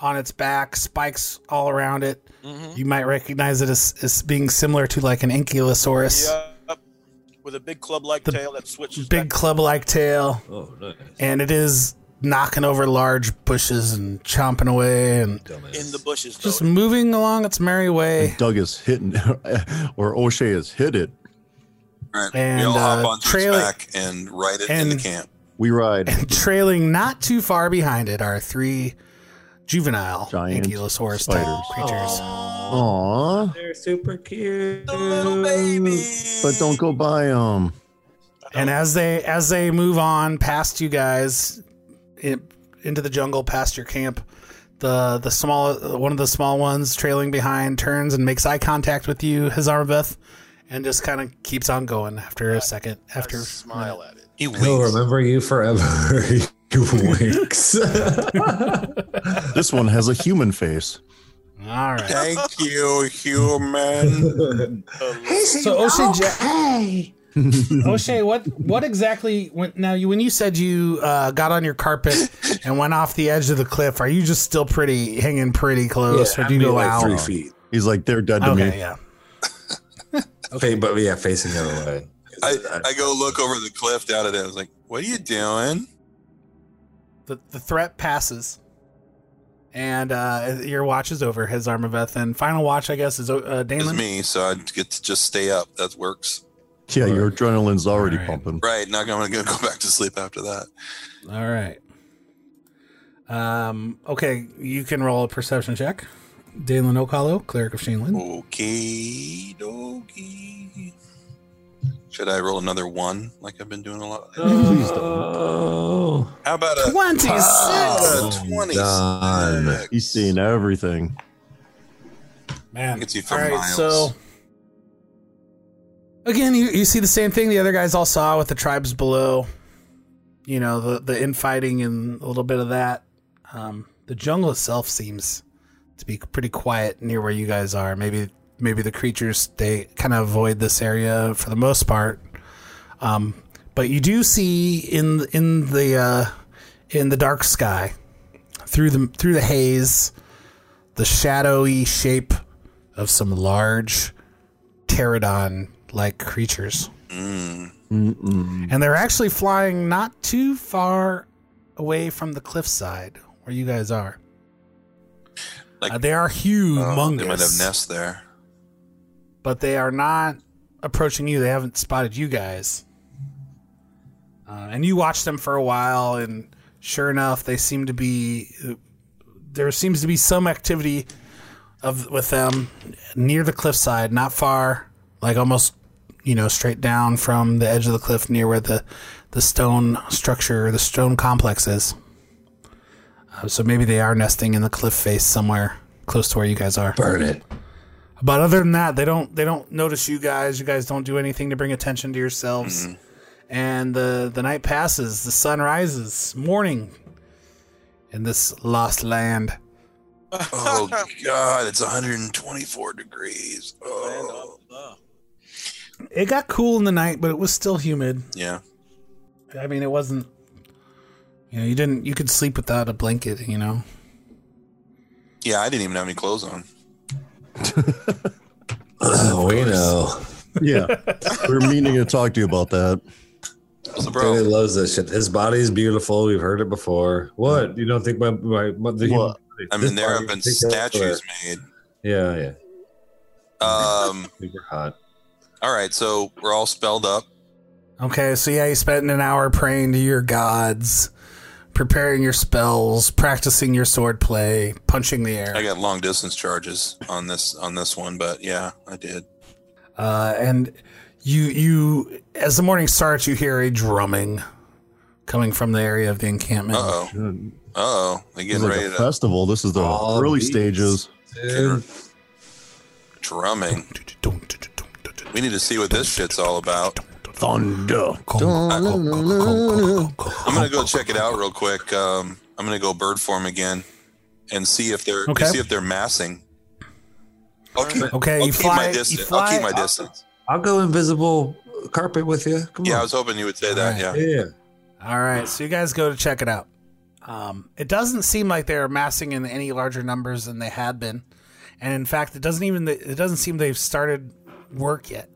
[SPEAKER 7] on its back, spikes all around it.
[SPEAKER 2] Mm-hmm.
[SPEAKER 6] Mhm.
[SPEAKER 7] You might recognize it as, as being similar to like an ankylosaurus.
[SPEAKER 6] Yep. With a big club-like
[SPEAKER 7] The
[SPEAKER 6] tail that switches.
[SPEAKER 7] big
[SPEAKER 6] back.
[SPEAKER 7] club like tail
[SPEAKER 2] Oh, nice.
[SPEAKER 7] and it is knocking over large bushes and chomping away and
[SPEAKER 2] Dumbass.
[SPEAKER 6] in the bushes. Though.
[SPEAKER 7] just moving along its merry way
[SPEAKER 5] Doug is hitting, or O'Shea has hit it.
[SPEAKER 4] All right.
[SPEAKER 7] And,
[SPEAKER 4] we all hop
[SPEAKER 7] uh,
[SPEAKER 4] onto
[SPEAKER 7] trail it-
[SPEAKER 4] its back and ride it in
[SPEAKER 7] and-
[SPEAKER 4] the camp.
[SPEAKER 5] We ride.
[SPEAKER 7] and trailing not too far behind it are three juvenile
[SPEAKER 5] Giant
[SPEAKER 7] ankylosaurus
[SPEAKER 5] spiders.
[SPEAKER 7] creatures
[SPEAKER 5] Aww,
[SPEAKER 2] They're super cute.
[SPEAKER 6] the little baby.
[SPEAKER 5] but don't go by them.
[SPEAKER 7] and as they as they move on past you guys in, into the jungle past your camp the the small one of the small ones trailing behind turns and makes eye contact with you Hazarmaveth, and just kind of keeps on going after a second after a minute.
[SPEAKER 6] smile at it.
[SPEAKER 4] He
[SPEAKER 2] He'll
[SPEAKER 4] winks.
[SPEAKER 2] remember you forever. he winks.
[SPEAKER 5] This one has a human face.
[SPEAKER 7] all right
[SPEAKER 4] Thank you, human.
[SPEAKER 7] So O'Shea, Ja- O'Shea, what what exactly? When, now, you, when you said you uh, got on your carpet and went off the edge of the cliff, are you just still pretty hanging pretty close, or do you go out?
[SPEAKER 2] three feet.
[SPEAKER 5] He's like, they're dead to
[SPEAKER 7] okay,
[SPEAKER 5] me.
[SPEAKER 7] yeah.
[SPEAKER 2] Okay, but yeah, facing the other way.
[SPEAKER 4] I, I go look over the cliff down at it. I was like, what are you doing?
[SPEAKER 7] The the threat passes, and uh, your watch is over. His Armaveth and final watch, I guess, is uh,
[SPEAKER 4] It's
[SPEAKER 7] Damon.
[SPEAKER 4] me, so I get to just stay up. That works.
[SPEAKER 5] Yeah, your adrenaline's already
[SPEAKER 7] Alright.
[SPEAKER 5] pumping.
[SPEAKER 4] Right. Not going to go back to sleep after that.
[SPEAKER 7] All right. Um. Okay, you can roll a perception check. Dalen Okalo, cleric of Shainlin.
[SPEAKER 4] Okay, dokie. Should I roll another one like I've been doing a lot?
[SPEAKER 2] Oh,
[SPEAKER 4] How about a
[SPEAKER 7] Twenty six.
[SPEAKER 4] Uh, 20.
[SPEAKER 2] done.
[SPEAKER 5] Oh, He's seeing everything.
[SPEAKER 7] Man.
[SPEAKER 4] It's you for miles.
[SPEAKER 7] so again, you, you see the same thing the other guys all saw with the tribes below. You know, the, the infighting and a little bit of that. Um, the jungle itself seems to be pretty quiet near where you guys are. Maybe maybe the creatures they kind of avoid this area for the most part. Um, but you do see in in the uh, in the dark sky through the through the haze the shadowy shape of some large pterodon like creatures.
[SPEAKER 4] Mm.
[SPEAKER 5] Mm-mm.
[SPEAKER 7] And they're actually flying not too far away from the cliffside where you guys are.
[SPEAKER 4] Like-
[SPEAKER 7] Uh, they are
[SPEAKER 4] Oh,
[SPEAKER 7] humongous,
[SPEAKER 4] they might have nests there.
[SPEAKER 7] but they are not approaching you. They haven't spotted you guys. Uh, and you watch them for a while, and sure enough, they seem to be. There seems to be some activity of with them near the cliffside, not far, like almost you know straight down from the edge of the cliff near where the the stone structure, the stone complex is. Uh, so maybe they are nesting in the cliff face somewhere close to where you guys are.
[SPEAKER 2] Burn it.
[SPEAKER 7] But other than that, they don't they don't notice you guys. You guys don't do anything to bring attention to yourselves. And the the night passes, the sun rises, morning in this lost land.
[SPEAKER 4] Oh God, it's 124 degrees.
[SPEAKER 6] Land
[SPEAKER 4] Oh.
[SPEAKER 6] of the-
[SPEAKER 7] It got cool in the night, but it was still humid.
[SPEAKER 4] Yeah,
[SPEAKER 7] I mean, it wasn't. You know, you didn't. You could sleep without a blanket. You know.
[SPEAKER 4] yeah. I didn't even have any clothes on.
[SPEAKER 2] Oh, we know.
[SPEAKER 5] Yeah. we are meaning to talk to you about that.
[SPEAKER 4] So,
[SPEAKER 2] Danny
[SPEAKER 4] bro,
[SPEAKER 2] loves that shit. His body's beautiful. We've heard it before. What? You don't think my, my, my the human
[SPEAKER 5] What?
[SPEAKER 2] body-
[SPEAKER 4] I
[SPEAKER 2] this
[SPEAKER 4] mean, there
[SPEAKER 2] body
[SPEAKER 4] have been
[SPEAKER 2] can take that elsewhere.
[SPEAKER 4] statues made.
[SPEAKER 2] Yeah, yeah.
[SPEAKER 4] Um.
[SPEAKER 2] Super hot.
[SPEAKER 4] All right, so we're all spelled up.
[SPEAKER 7] Okay, so yeah, you spent an hour praying to your gods, preparing your spells, practicing your sword play, punching the air.
[SPEAKER 4] I got long distance charges on this on this one, but yeah, I did.
[SPEAKER 7] uh, and you you as the morning starts you hear a drumming coming from the area of the encampment
[SPEAKER 4] Uh oh.
[SPEAKER 5] It
[SPEAKER 4] Uh oh.
[SPEAKER 5] was
[SPEAKER 4] They getting
[SPEAKER 5] like
[SPEAKER 4] ready
[SPEAKER 5] a
[SPEAKER 4] to
[SPEAKER 5] festival. This is the
[SPEAKER 2] All
[SPEAKER 5] early
[SPEAKER 2] beats.
[SPEAKER 5] stages.
[SPEAKER 2] Dude,
[SPEAKER 4] drumming. We need to see what this shit's all about.
[SPEAKER 5] Thunder.
[SPEAKER 4] I'm gonna go check it out real quick. Um, I'm gonna go bird form again and see if they're
[SPEAKER 7] Okay.
[SPEAKER 4] see if they're massing. I'll keep,
[SPEAKER 7] okay
[SPEAKER 4] I'll
[SPEAKER 7] you
[SPEAKER 4] keep
[SPEAKER 7] fly,
[SPEAKER 4] my
[SPEAKER 7] you
[SPEAKER 4] distance.
[SPEAKER 7] fly
[SPEAKER 4] I'll keep my
[SPEAKER 7] up.
[SPEAKER 4] distance.
[SPEAKER 2] I'll go invisible carpet with you. Come
[SPEAKER 4] Yeah, I
[SPEAKER 2] on.
[SPEAKER 4] was hoping you would say that. Yeah.
[SPEAKER 2] yeah.
[SPEAKER 7] all right so you guys go to check it out um, it doesn't seem like they're amassing in any larger numbers than they had been and in fact it doesn't even it doesn't seem they've started work yet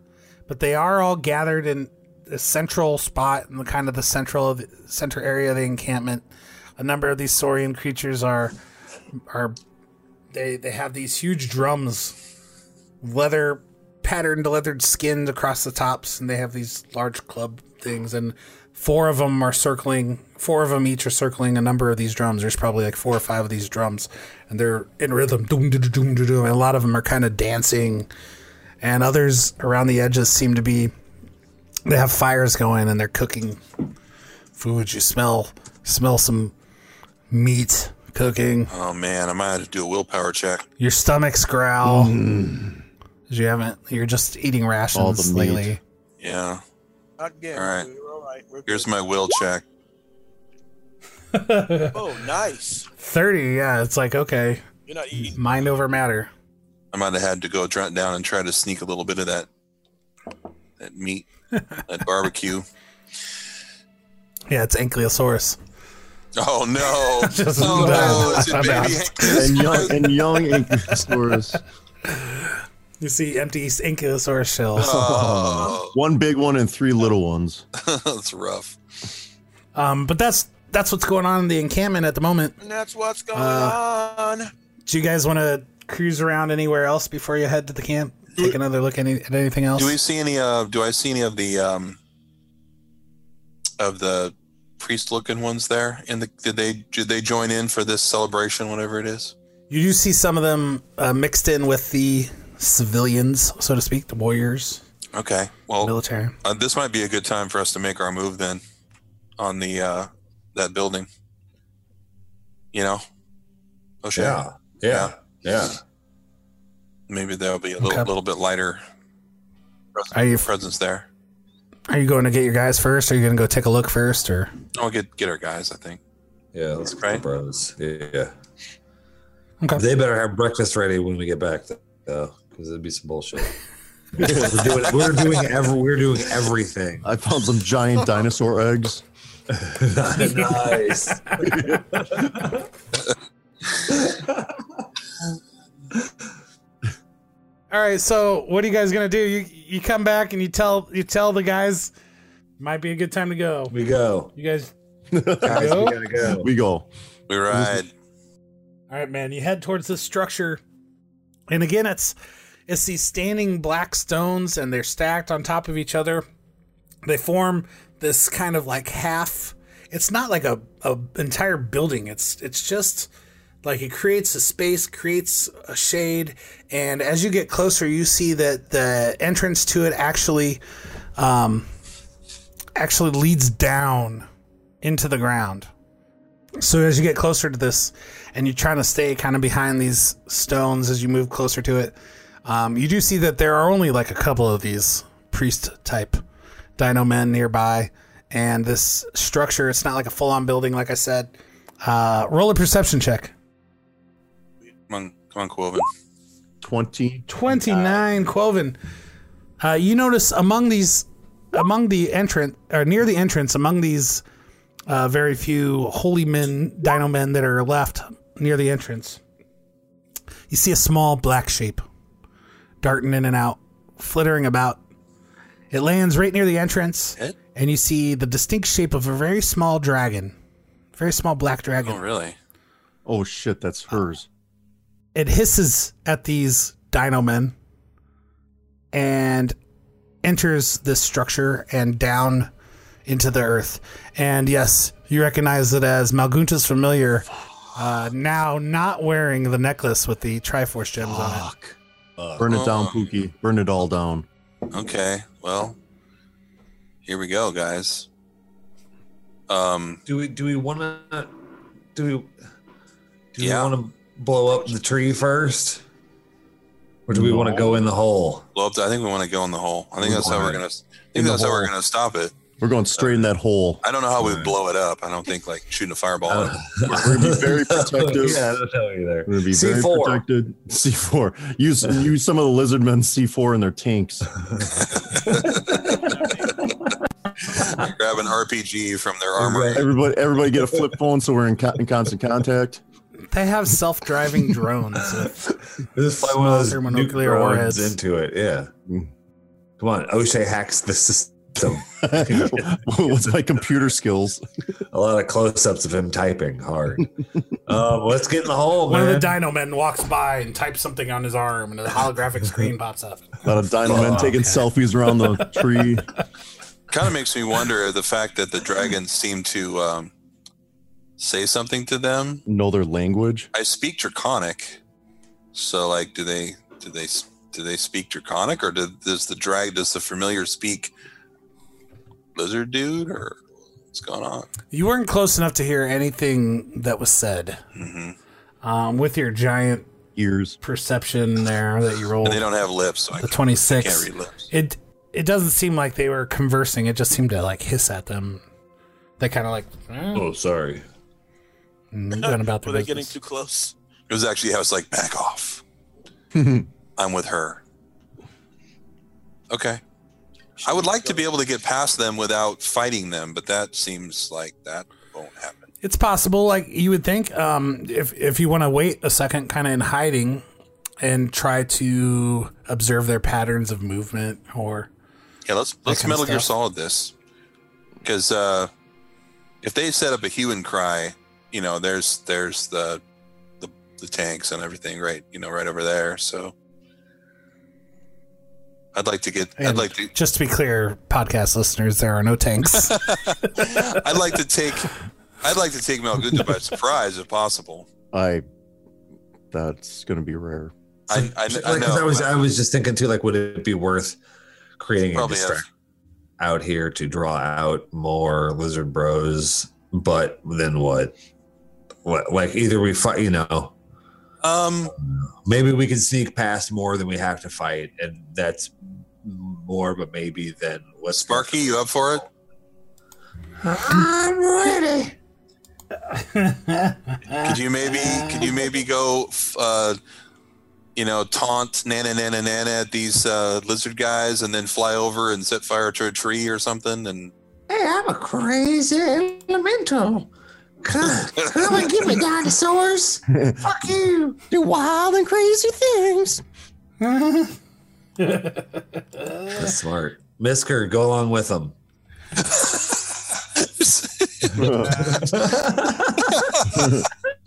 [SPEAKER 7] but they are all gathered in a central spot in the kind of the central of the center area of the encampment. A number of these saurian creatures are are they they have these huge drums, leather patterned leathered skins across the tops, and they have these large club things and. Four of them are circling. Four of them each are circling a number of these drums. There's probably like four or five of these drums, and they're in rhythm. Doom, doom, doom, doom, doom. And a lot of them are kind of dancing and others around the edges seem to be they have fires going and they're cooking food you smell smell some meat cooking
[SPEAKER 4] Oh man, I might have to do a willpower check.
[SPEAKER 7] your stomachs growl 'Cause you haven't you're just eating rations
[SPEAKER 5] meat.
[SPEAKER 7] lately
[SPEAKER 4] Yeah.
[SPEAKER 6] Again,
[SPEAKER 4] All right.
[SPEAKER 6] we're all right. We're
[SPEAKER 4] Here's
[SPEAKER 6] good.
[SPEAKER 4] my will check.
[SPEAKER 6] Oh, nice.
[SPEAKER 7] 30 yeah it's like okay
[SPEAKER 6] You're not eating.
[SPEAKER 7] mind over matter
[SPEAKER 4] I might have had to go dr- down and try to sneak a little bit of that that meat, that barbecue.
[SPEAKER 7] yeah it's ankylosaurus
[SPEAKER 4] Oh no!
[SPEAKER 7] Just-
[SPEAKER 4] oh no! It's a
[SPEAKER 7] I'm out.
[SPEAKER 4] baby Hank.
[SPEAKER 5] And young and young Ankylosaurus.
[SPEAKER 7] you see empty ankylosaurus shells
[SPEAKER 4] Oh,
[SPEAKER 5] One big one and three little ones.
[SPEAKER 4] that's rough.
[SPEAKER 7] um but that's that's what's going on in the encampment at the moment
[SPEAKER 6] And that's what's going
[SPEAKER 7] Uh,
[SPEAKER 6] on.
[SPEAKER 7] do you guys want to cruise around anywhere else before you head to the camp take another look any, at anything else
[SPEAKER 4] Do we see any? Uh, do I see any of the um of the priest-looking ones there? And the, did they did they join in for this celebration, whatever it is?
[SPEAKER 7] You do see some of them uh, mixed in with the civilians, so to speak, the warriors,
[SPEAKER 4] Okay. Well,
[SPEAKER 7] military.
[SPEAKER 4] uh, this might be a good time for us to make our move then on the uh that building. You know. Oh shit.
[SPEAKER 2] Yeah. Yeah. Yeah.
[SPEAKER 4] Maybe there'll be a little,
[SPEAKER 7] Okay.
[SPEAKER 4] little bit lighter
[SPEAKER 7] Are you
[SPEAKER 4] presence there.
[SPEAKER 7] are you going to get your guys first? Or are you going to go take a look first? Or
[SPEAKER 4] I'll get get our guys. I think.
[SPEAKER 2] Yeah. Let's go,
[SPEAKER 4] Right?
[SPEAKER 2] bros. Yeah.
[SPEAKER 7] Okay.
[SPEAKER 2] They better have breakfast ready when we get back, though, because it'd be some bullshit. we're doing, we're doing, every, we're doing everything.
[SPEAKER 5] I found some giant dinosaur eggs.
[SPEAKER 2] nice.
[SPEAKER 7] all right. So what are you guys going to do? You you come back and you tell you tell the guys might be a good time to go.
[SPEAKER 2] We go.
[SPEAKER 7] You guys,
[SPEAKER 2] Guys,
[SPEAKER 7] Go?
[SPEAKER 2] we gotta go.
[SPEAKER 5] We go.
[SPEAKER 4] We ride.
[SPEAKER 7] all right, man. You head towards this structure, and again, it's it's these standing black stones, and they're stacked on top of each other. they form this kind of like half it's not like a, a entire building it's it's just like it creates a space creates a shade and as you get closer you see that the entrance to it actually um actually leads down into the ground so as you get closer to this and you're trying to stay kind of behind these stones as you move closer to it um, you do see that there are only like a couple of these priest type dino men nearby and this structure it's not like a full-on building like i said uh, roll a perception check
[SPEAKER 4] Come on, come on, Quoven.
[SPEAKER 5] 20.
[SPEAKER 7] 29 Quoven. Uh, you notice among these, among the entrance, or near the entrance, among these uh, very few holy men, dino men that are left near the entrance, you see a small black shape darting in and out, flittering about. It lands right near the entrance,
[SPEAKER 4] It?
[SPEAKER 7] and you see the distinct shape of a very small dragon, very small black dragon.
[SPEAKER 4] Oh, really?
[SPEAKER 5] Oh, shit. That's hers.
[SPEAKER 7] it hisses at these dino men and enters this structure and down into the earth. And yes, you recognize it as Malgunta's familiar, uh, now not wearing the necklace with the Triforce gems on it.
[SPEAKER 5] Burn it down,
[SPEAKER 4] Oh.
[SPEAKER 5] Pookie. Burn it all down.
[SPEAKER 4] Okay. Well, here we go, guys. Um.
[SPEAKER 2] Do we do we want to do we do
[SPEAKER 4] Yeah.
[SPEAKER 2] we want to blow up the tree first, or do we want to
[SPEAKER 5] No.
[SPEAKER 2] go in the hole?
[SPEAKER 4] Well, I think we want to go in the hole. I think that's how we're gonna. I
[SPEAKER 5] In
[SPEAKER 4] think
[SPEAKER 5] the
[SPEAKER 4] that's how we're
[SPEAKER 5] hole.
[SPEAKER 4] gonna stop it.
[SPEAKER 5] We're going straight in that hole.
[SPEAKER 4] I don't know how we blow it up. I don't think like shooting a fireball. at it.
[SPEAKER 5] We're gonna be very protective.
[SPEAKER 2] yeah, I don't know either.
[SPEAKER 5] We're gonna be very
[SPEAKER 2] C4.
[SPEAKER 5] protected. C4. Use use some of the lizardmen C4 in their tanks.
[SPEAKER 4] Grab an RPG from their armor.
[SPEAKER 2] Right.
[SPEAKER 5] Everybody, everybody, get a flip phone so we're in, co- in constant contact.
[SPEAKER 7] They have self driving drones. with-
[SPEAKER 2] Just fly one of those
[SPEAKER 7] Smaller
[SPEAKER 2] nuclear
[SPEAKER 7] nuclear
[SPEAKER 2] warheads
[SPEAKER 7] warheads.
[SPEAKER 2] into it. Yeah. Come on, O'Shea hacks the system.
[SPEAKER 5] What's my computer skills?
[SPEAKER 2] A lot of close-ups of him typing hard. um, let's get in the hole,
[SPEAKER 7] One of the
[SPEAKER 2] man.
[SPEAKER 7] dino men walks by and types something on his arm, and a holographic screen pops up.
[SPEAKER 5] A lot of dino men taking selfies around the tree.
[SPEAKER 4] Kind of makes me wonder the fact that the dragons seem to um, say something to them.
[SPEAKER 5] Know their language.
[SPEAKER 4] I speak Draconic, so like, do they do they do they speak Draconic, or do, does the drag does the familiar speak lizard dude, or what's going on?
[SPEAKER 7] You weren't close enough to hear anything that was said.
[SPEAKER 4] hmm
[SPEAKER 7] Um, with your giant
[SPEAKER 5] Ears.
[SPEAKER 7] perception there that you rolled.
[SPEAKER 4] And they don't have lips, so I
[SPEAKER 7] the
[SPEAKER 4] can't,
[SPEAKER 7] twenty
[SPEAKER 4] can't
[SPEAKER 7] six.
[SPEAKER 4] read lips.
[SPEAKER 7] It it doesn't seem like they were conversing. It just seemed to like hiss at them. They kind of like eh,
[SPEAKER 2] Oh, sorry.
[SPEAKER 7] and went about
[SPEAKER 6] Were
[SPEAKER 7] their
[SPEAKER 6] they getting
[SPEAKER 7] business.
[SPEAKER 6] too close?
[SPEAKER 4] It was actually how it's like back off. I'm with her. Okay. I would like to be able to get past them without fighting them, but that seems like that won't happen.
[SPEAKER 7] it's possible, like you would think. Um, if if you want to wait a second, kind of in hiding, and try to observe their patterns of movement, or
[SPEAKER 4] Yeah, let's let's
[SPEAKER 7] kind of
[SPEAKER 4] Metal Gear
[SPEAKER 7] stuff.
[SPEAKER 4] Solid this, because uh, if they set up a hue and cry, you know, there's there's the, the the tanks and everything right, you know, right over there. So I'd like to get, I'd
[SPEAKER 7] And
[SPEAKER 4] like to,
[SPEAKER 7] just to be clear, podcast listeners, there are no tanks.
[SPEAKER 4] I'd like to take, I'd like to take Malgunta by surprise if possible.
[SPEAKER 5] I. That's gonna be rare.
[SPEAKER 4] I, I,
[SPEAKER 2] like,
[SPEAKER 4] I
[SPEAKER 2] 'cause
[SPEAKER 4] know.
[SPEAKER 2] I was I was just thinking too, like, would it be worth creating a
[SPEAKER 4] Probably have.
[SPEAKER 2] distraction out here to draw out more lizard bros? But then what? What like either we fight, you know,
[SPEAKER 4] Um,
[SPEAKER 2] maybe we can sneak past more than we have to fight, and that's more, but maybe than what's
[SPEAKER 4] Sparky, you up for it?
[SPEAKER 2] I'm ready.
[SPEAKER 4] Could you maybe, could you maybe go, f- uh, you know, taunt nana nana nana at these uh, lizard guys, and then fly over and set fire to a tree or something? And
[SPEAKER 8] Hey, I'm a crazy elemental. Come, come and get me, dinosaurs. Fuck you. Do wild and crazy things.
[SPEAKER 2] That's smart. Misker, go along with them.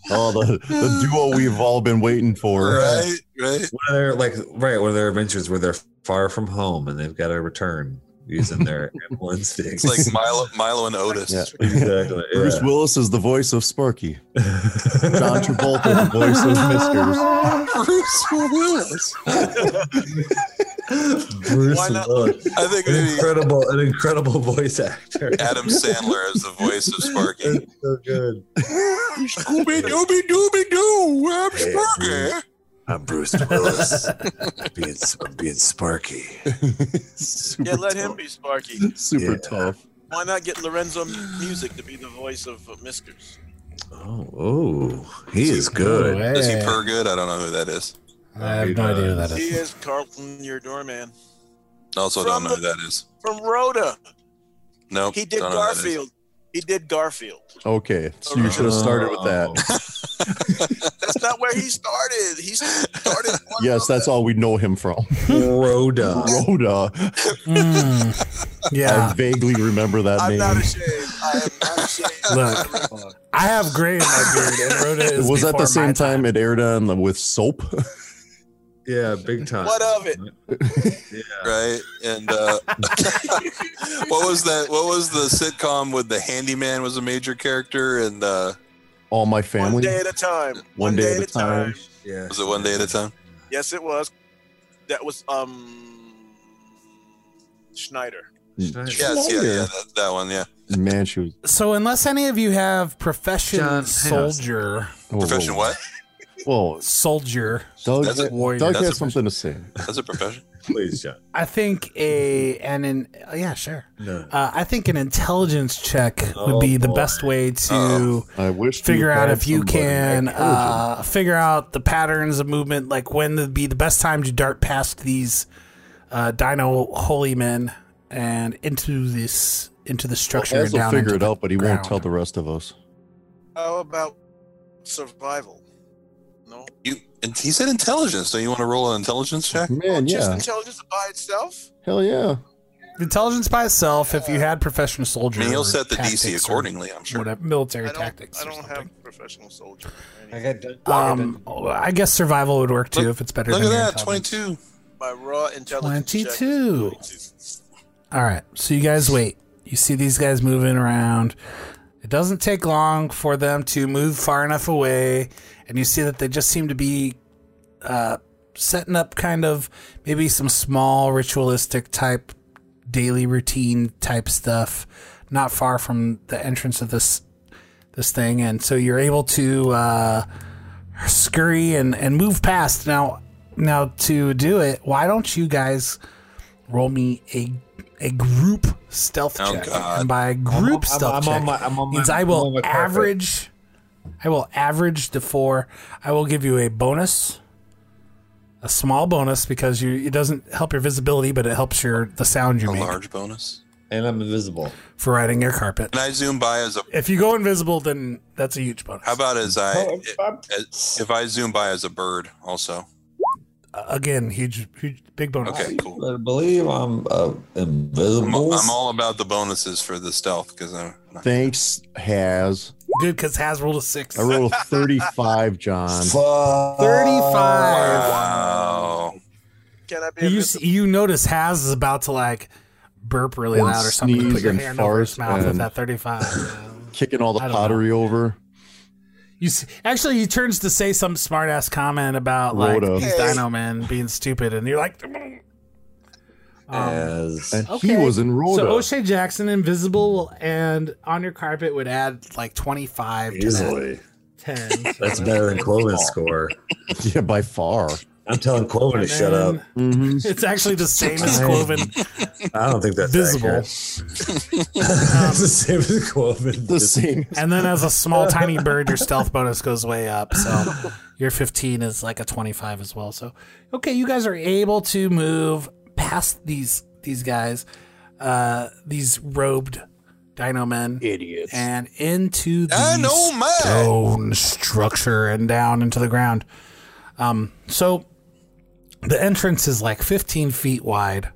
[SPEAKER 5] Oh, the, the duo we've all been waiting for.
[SPEAKER 4] right, right.
[SPEAKER 2] One of their like right, one of their adventures where they're far from home and they've got to return using their animal instincts.
[SPEAKER 4] It's like Milo, Milo and Otis.
[SPEAKER 5] Yeah.
[SPEAKER 2] exactly.
[SPEAKER 5] Bruce
[SPEAKER 2] yeah.
[SPEAKER 5] Willis is the voice of Sparky. John Travolta, the voice of Miskers.
[SPEAKER 4] Bruce Willis.
[SPEAKER 2] Bruce
[SPEAKER 6] Why not?
[SPEAKER 2] Willis.
[SPEAKER 4] I think
[SPEAKER 2] An
[SPEAKER 4] maybe
[SPEAKER 2] incredible, an incredible voice actor.
[SPEAKER 4] Adam Sandler is the voice of Sparky.
[SPEAKER 2] It's so good.
[SPEAKER 4] Scooby dooby dooby doo. I'm
[SPEAKER 2] Hey,
[SPEAKER 4] Sparky.
[SPEAKER 2] I'm Bruce Willis. being, I'm being Sparky.
[SPEAKER 5] super
[SPEAKER 6] Yeah, let him
[SPEAKER 5] tough.
[SPEAKER 6] be Sparky.
[SPEAKER 5] Super
[SPEAKER 2] Yeah.
[SPEAKER 5] tough.
[SPEAKER 6] Why not get Lorenzo Music to be the voice of uh, Miskers?
[SPEAKER 2] Oh, oh, he is good.
[SPEAKER 7] Oh,
[SPEAKER 4] Does he
[SPEAKER 7] hey.
[SPEAKER 4] purr good? I don't know who that is.
[SPEAKER 7] I have no idea who that
[SPEAKER 6] He
[SPEAKER 7] is.
[SPEAKER 6] is Carlton, your doorman
[SPEAKER 4] Also,
[SPEAKER 6] From
[SPEAKER 4] don't know who
[SPEAKER 6] the-
[SPEAKER 4] that is.
[SPEAKER 6] from Rhoda.
[SPEAKER 4] Nope.
[SPEAKER 6] He did
[SPEAKER 4] Oh, don't know who that is.
[SPEAKER 6] Garfield. He did Garfield.
[SPEAKER 5] Okay, so you should have started with that.
[SPEAKER 6] That's not where he started. He started. on
[SPEAKER 5] Yes, that's all we know him from.
[SPEAKER 2] Rhoda.
[SPEAKER 5] Rhoda.
[SPEAKER 7] Mm.
[SPEAKER 5] I
[SPEAKER 7] Yeah.
[SPEAKER 5] vaguely remember that
[SPEAKER 6] I'm
[SPEAKER 5] name.
[SPEAKER 6] not ashamed. I am not ashamed.
[SPEAKER 7] Look, I have gray in my beard, and Rhoda is.
[SPEAKER 5] was that
[SPEAKER 7] before
[SPEAKER 5] the same
[SPEAKER 7] my
[SPEAKER 5] time it aired on the, with soap?
[SPEAKER 2] Yeah, big time.
[SPEAKER 6] What of it?
[SPEAKER 4] right? And uh, what was that? What was the sitcom with the handyman was a major character, and uh,
[SPEAKER 5] All my
[SPEAKER 6] One
[SPEAKER 5] family.
[SPEAKER 6] day at a time. One, day, at a time.
[SPEAKER 2] Yeah.
[SPEAKER 4] was it one day at a time?
[SPEAKER 6] Yes, it was. That was um Schneider.
[SPEAKER 2] Hmm.
[SPEAKER 4] Yes, yeah, yeah, that, that one, yeah.
[SPEAKER 5] Man, she was.
[SPEAKER 7] So, unless any of you have profession
[SPEAKER 2] John, hang on.
[SPEAKER 7] soldier,
[SPEAKER 5] Whoa,
[SPEAKER 4] Profession
[SPEAKER 5] whoa.
[SPEAKER 4] what?
[SPEAKER 5] Whoa,
[SPEAKER 7] soldier,
[SPEAKER 5] Doug,
[SPEAKER 4] That's a-
[SPEAKER 7] warrior.
[SPEAKER 5] Doug
[SPEAKER 4] that's
[SPEAKER 5] has
[SPEAKER 4] a-
[SPEAKER 5] something to say.
[SPEAKER 4] That's a profession.
[SPEAKER 2] Please, John.
[SPEAKER 7] I think a and an oh, yeah, sure.
[SPEAKER 2] No.
[SPEAKER 7] Uh, I think an intelligence check would be the best way to
[SPEAKER 4] Uh-oh.
[SPEAKER 5] I wish. we
[SPEAKER 7] figure out
[SPEAKER 5] had
[SPEAKER 7] if you
[SPEAKER 5] somebody
[SPEAKER 7] can
[SPEAKER 5] intelligent.
[SPEAKER 7] uh, figure out the patterns of movement, like when would be the best time to dart past these uh, dino holy men and into this into the structure
[SPEAKER 5] Well,
[SPEAKER 7] and
[SPEAKER 5] Ez will
[SPEAKER 7] down
[SPEAKER 5] figure
[SPEAKER 7] into
[SPEAKER 5] it
[SPEAKER 7] the
[SPEAKER 5] out, but he
[SPEAKER 7] ground.
[SPEAKER 5] won't tell the rest of us.
[SPEAKER 6] How about survival? No.
[SPEAKER 4] You and he said intelligence. Don't you want to roll an intelligence check?
[SPEAKER 6] Oh,
[SPEAKER 5] Man,
[SPEAKER 6] Just
[SPEAKER 5] yeah,
[SPEAKER 6] intelligence by itself?
[SPEAKER 5] hell yeah.
[SPEAKER 7] Intelligence by itself. If you had professional
[SPEAKER 4] I
[SPEAKER 7] soldier,
[SPEAKER 4] mean,
[SPEAKER 7] or
[SPEAKER 4] he'll set the DC
[SPEAKER 7] tactics or
[SPEAKER 4] accordingly. I'm sure.
[SPEAKER 7] Whatever, military
[SPEAKER 6] I don't,
[SPEAKER 7] tactics.
[SPEAKER 6] I
[SPEAKER 7] or
[SPEAKER 6] don't
[SPEAKER 7] something.
[SPEAKER 6] have professional soldier.
[SPEAKER 9] I got done.
[SPEAKER 7] Um, oh, I guess survival would work too if it's better.
[SPEAKER 4] Look
[SPEAKER 7] than
[SPEAKER 4] at
[SPEAKER 7] your
[SPEAKER 4] that,
[SPEAKER 7] intelligence.
[SPEAKER 4] twenty-two.
[SPEAKER 6] My raw intelligence. check is
[SPEAKER 7] 22.
[SPEAKER 6] 22.
[SPEAKER 7] All right. So you guys wait. You see these guys moving around. It doesn't take long for them to move far enough away, and you see that they just seem to be uh, setting up kind of maybe some small ritualistic type daily routine type stuff, not far from the entrance of this this thing, and so you're able to uh, scurry and and move past. Now, now to do it, why don't you guys roll me a a group stealth
[SPEAKER 4] Oh,
[SPEAKER 7] check?
[SPEAKER 4] God.
[SPEAKER 7] And by group
[SPEAKER 2] Uh, I'm-
[SPEAKER 7] stealth
[SPEAKER 2] I'm
[SPEAKER 7] check,
[SPEAKER 2] on my- I'm on my-
[SPEAKER 7] means I
[SPEAKER 2] I'm on
[SPEAKER 7] will
[SPEAKER 2] my carpet.
[SPEAKER 7] average. I will average the four. I will give you a bonus, a small bonus because you it doesn't help your visibility, but it helps your the sound you
[SPEAKER 4] A
[SPEAKER 7] make
[SPEAKER 4] large bonus.
[SPEAKER 2] And I'm invisible.
[SPEAKER 7] for riding your carpet.
[SPEAKER 4] Can I zoom by as a?
[SPEAKER 7] If you go invisible, then that's a huge bonus.
[SPEAKER 4] How about as I?
[SPEAKER 9] Oh, I'm-
[SPEAKER 4] as- If I zoom by as a bird, also.
[SPEAKER 7] again huge, huge big bonus
[SPEAKER 4] Okay, cool.
[SPEAKER 2] I believe I'm uh,
[SPEAKER 4] I'm,
[SPEAKER 2] invisible.
[SPEAKER 4] I'm all about the bonuses for the stealth because I'm.
[SPEAKER 5] Thanks, Has.
[SPEAKER 7] good because has rolled a six
[SPEAKER 5] I rolled a 35, John.
[SPEAKER 2] Fuck.
[SPEAKER 7] 35
[SPEAKER 4] Wow.
[SPEAKER 6] Can I be
[SPEAKER 7] you,
[SPEAKER 6] invisible?
[SPEAKER 7] you notice has is about to like burp really
[SPEAKER 5] Or
[SPEAKER 7] loud or something
[SPEAKER 5] sneeze
[SPEAKER 7] put your
[SPEAKER 5] and
[SPEAKER 7] hand over his
[SPEAKER 5] fart
[SPEAKER 7] mouth with
[SPEAKER 5] and-
[SPEAKER 7] that 35 yeah.
[SPEAKER 5] Kicking all the
[SPEAKER 7] I don't know.
[SPEAKER 5] pottery over.
[SPEAKER 7] you see, actually he turns to say some smart ass comment about like
[SPEAKER 5] Rhoda.
[SPEAKER 7] these dino men being stupid and you're like um,
[SPEAKER 2] As
[SPEAKER 5] And he
[SPEAKER 7] Okay.
[SPEAKER 5] was in Rhoda.
[SPEAKER 7] so O'Shea Jackson invisible and on your carpet would add like 25 to that
[SPEAKER 2] easily.
[SPEAKER 7] 10 so
[SPEAKER 2] That's better than Cloven's score.
[SPEAKER 5] yeah, by far.
[SPEAKER 2] I'm telling Cloven to
[SPEAKER 7] And
[SPEAKER 2] shut up.
[SPEAKER 7] then
[SPEAKER 5] Mhm.
[SPEAKER 7] It's actually the same as Cloven
[SPEAKER 2] I don't think that's
[SPEAKER 7] visible.
[SPEAKER 2] accurate. it's the same as Cloven.
[SPEAKER 5] The same.
[SPEAKER 7] And then as a small tiny bird, your stealth bonus goes way up. So your 15 is like a 25 as well. So okay, you guys are able to move past these these guys, uh, these robed dino men. Idiots. And into the
[SPEAKER 4] Dino man!
[SPEAKER 7] stone structure and down into the ground. Um so the entrance is like 15 feet wide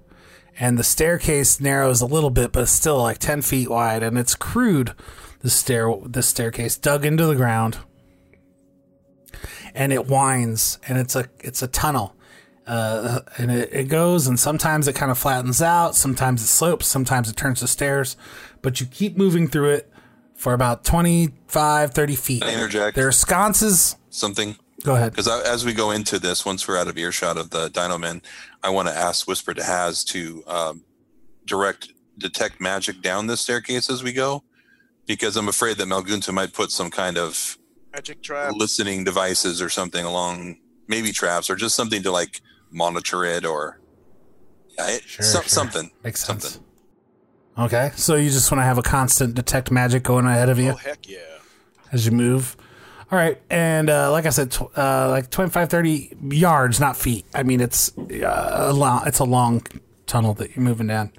[SPEAKER 7] and the staircase narrows a little bit, but it's still like ten feet wide, and it's crude. The stair, the staircase dug into the ground, and it winds, and it's a it's a tunnel, uh, and it, it goes, and sometimes it kind of flattens out, sometimes it slopes, sometimes it turns to stairs, but you keep moving through it for about 25, 30 feet.
[SPEAKER 4] Can I interject
[SPEAKER 7] There are sconces.
[SPEAKER 4] something?
[SPEAKER 7] Go ahead.
[SPEAKER 4] Because as we go into this, once we're out of earshot of the Dino Men, I want to ask Whisper to Has to um, direct detect magic down this staircase as we go, because I'm afraid that Malgunta might put some kind of
[SPEAKER 6] Magic trap.
[SPEAKER 4] listening devices or something along, maybe traps or just something to like monitor it or yeah, it,
[SPEAKER 7] Sure,
[SPEAKER 4] some-
[SPEAKER 7] sure.
[SPEAKER 4] something.
[SPEAKER 7] Makes sense.
[SPEAKER 4] Something.
[SPEAKER 7] Okay, so you just want to have a constant detect magic going ahead of you.
[SPEAKER 6] Oh heck yeah!
[SPEAKER 7] as you move. All right, and uh, like I said, tw- uh, like 25, 30 yards, not feet. I mean, it's uh, a long, it's a long tunnel that you're moving down,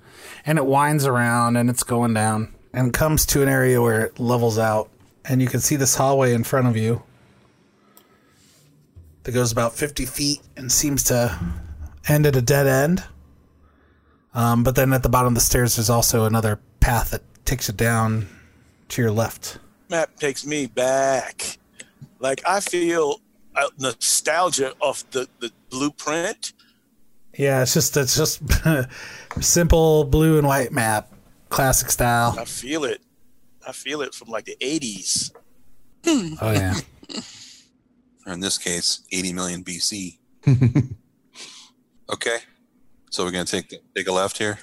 [SPEAKER 7] and it winds around and it's going down and comes to an area where it levels out, and you can see this hallway in front of you that goes about 50 feet and seems to end at a dead end. Um, but then at the bottom of the stairs, there's also another path that takes you down to your left.
[SPEAKER 6] map takes me back. Like I feel uh, nostalgia of the, the blueprint.
[SPEAKER 7] Yeah, it's just it's just simple blue and white map, classic style.
[SPEAKER 6] I feel it. I feel it from like the eighties.
[SPEAKER 7] Oh yeah.
[SPEAKER 4] or in this case, 80 million BC. okay, so we're gonna take the, take a left here,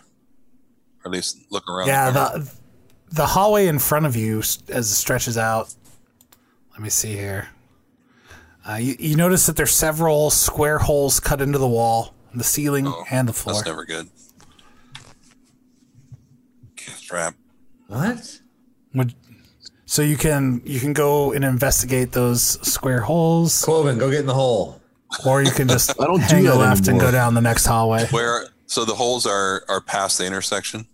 [SPEAKER 4] or at least look around. the
[SPEAKER 7] Yeah,
[SPEAKER 4] corner.
[SPEAKER 7] the the hallway in front of you s- as it stretches out. Let me see here. Uh, you, you notice that there's several square holes cut into the wall, the ceiling,
[SPEAKER 4] Oh,
[SPEAKER 7] and the floor.
[SPEAKER 4] That's never good. Trap.
[SPEAKER 2] What?
[SPEAKER 7] Would- so you can you can go and investigate those square holes,
[SPEAKER 2] Cloven, go get in the hole.
[SPEAKER 7] or you can just
[SPEAKER 5] I don't do
[SPEAKER 7] hang a
[SPEAKER 5] that
[SPEAKER 7] left and go
[SPEAKER 5] anymore.
[SPEAKER 7] down the next hallway.
[SPEAKER 4] Where? So the holes are are past the intersection.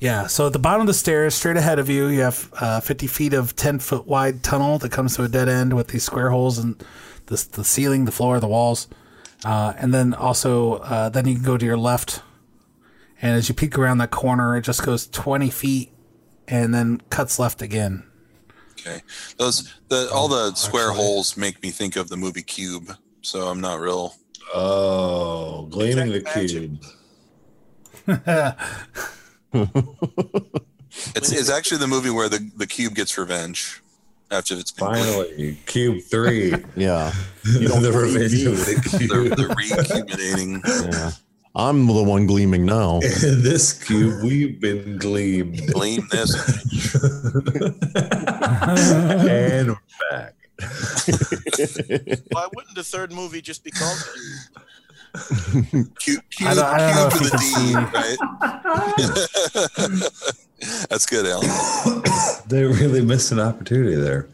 [SPEAKER 7] Yeah. So at the bottom of the stairs, straight ahead of you, you have uh, 50 feet of 10 foot wide tunnel that comes to a dead end with these square holes and the, the ceiling, the floor, the walls. Uh, and then also, uh, then you can go to your left. And as you peek around that corner, it just goes 20 feet and then cuts left again.
[SPEAKER 4] Okay, those the all
[SPEAKER 7] Mm,
[SPEAKER 4] the square holes make me think of the movie Cube. So I'm not real.
[SPEAKER 2] Oh, gleaming the
[SPEAKER 6] Detect magic.
[SPEAKER 2] cube.
[SPEAKER 4] It's it's actually the movie where the the cube gets revenge after it's been
[SPEAKER 2] Finally, cube three.
[SPEAKER 5] Yeah.
[SPEAKER 2] the revenge of the cube.
[SPEAKER 4] they're, they're reaccumulating.
[SPEAKER 5] yeah. I'm the one gleaming now.
[SPEAKER 2] In this cube, we've been gleamed.
[SPEAKER 4] Blame this.
[SPEAKER 2] and we're back.
[SPEAKER 6] Why wouldn't the third movie just be called?
[SPEAKER 4] Cube, cube,
[SPEAKER 7] I don't- I don't
[SPEAKER 4] cube
[SPEAKER 7] know
[SPEAKER 4] with a
[SPEAKER 7] if
[SPEAKER 4] D, right? That's good, Alan.
[SPEAKER 2] They really missed an opportunity there.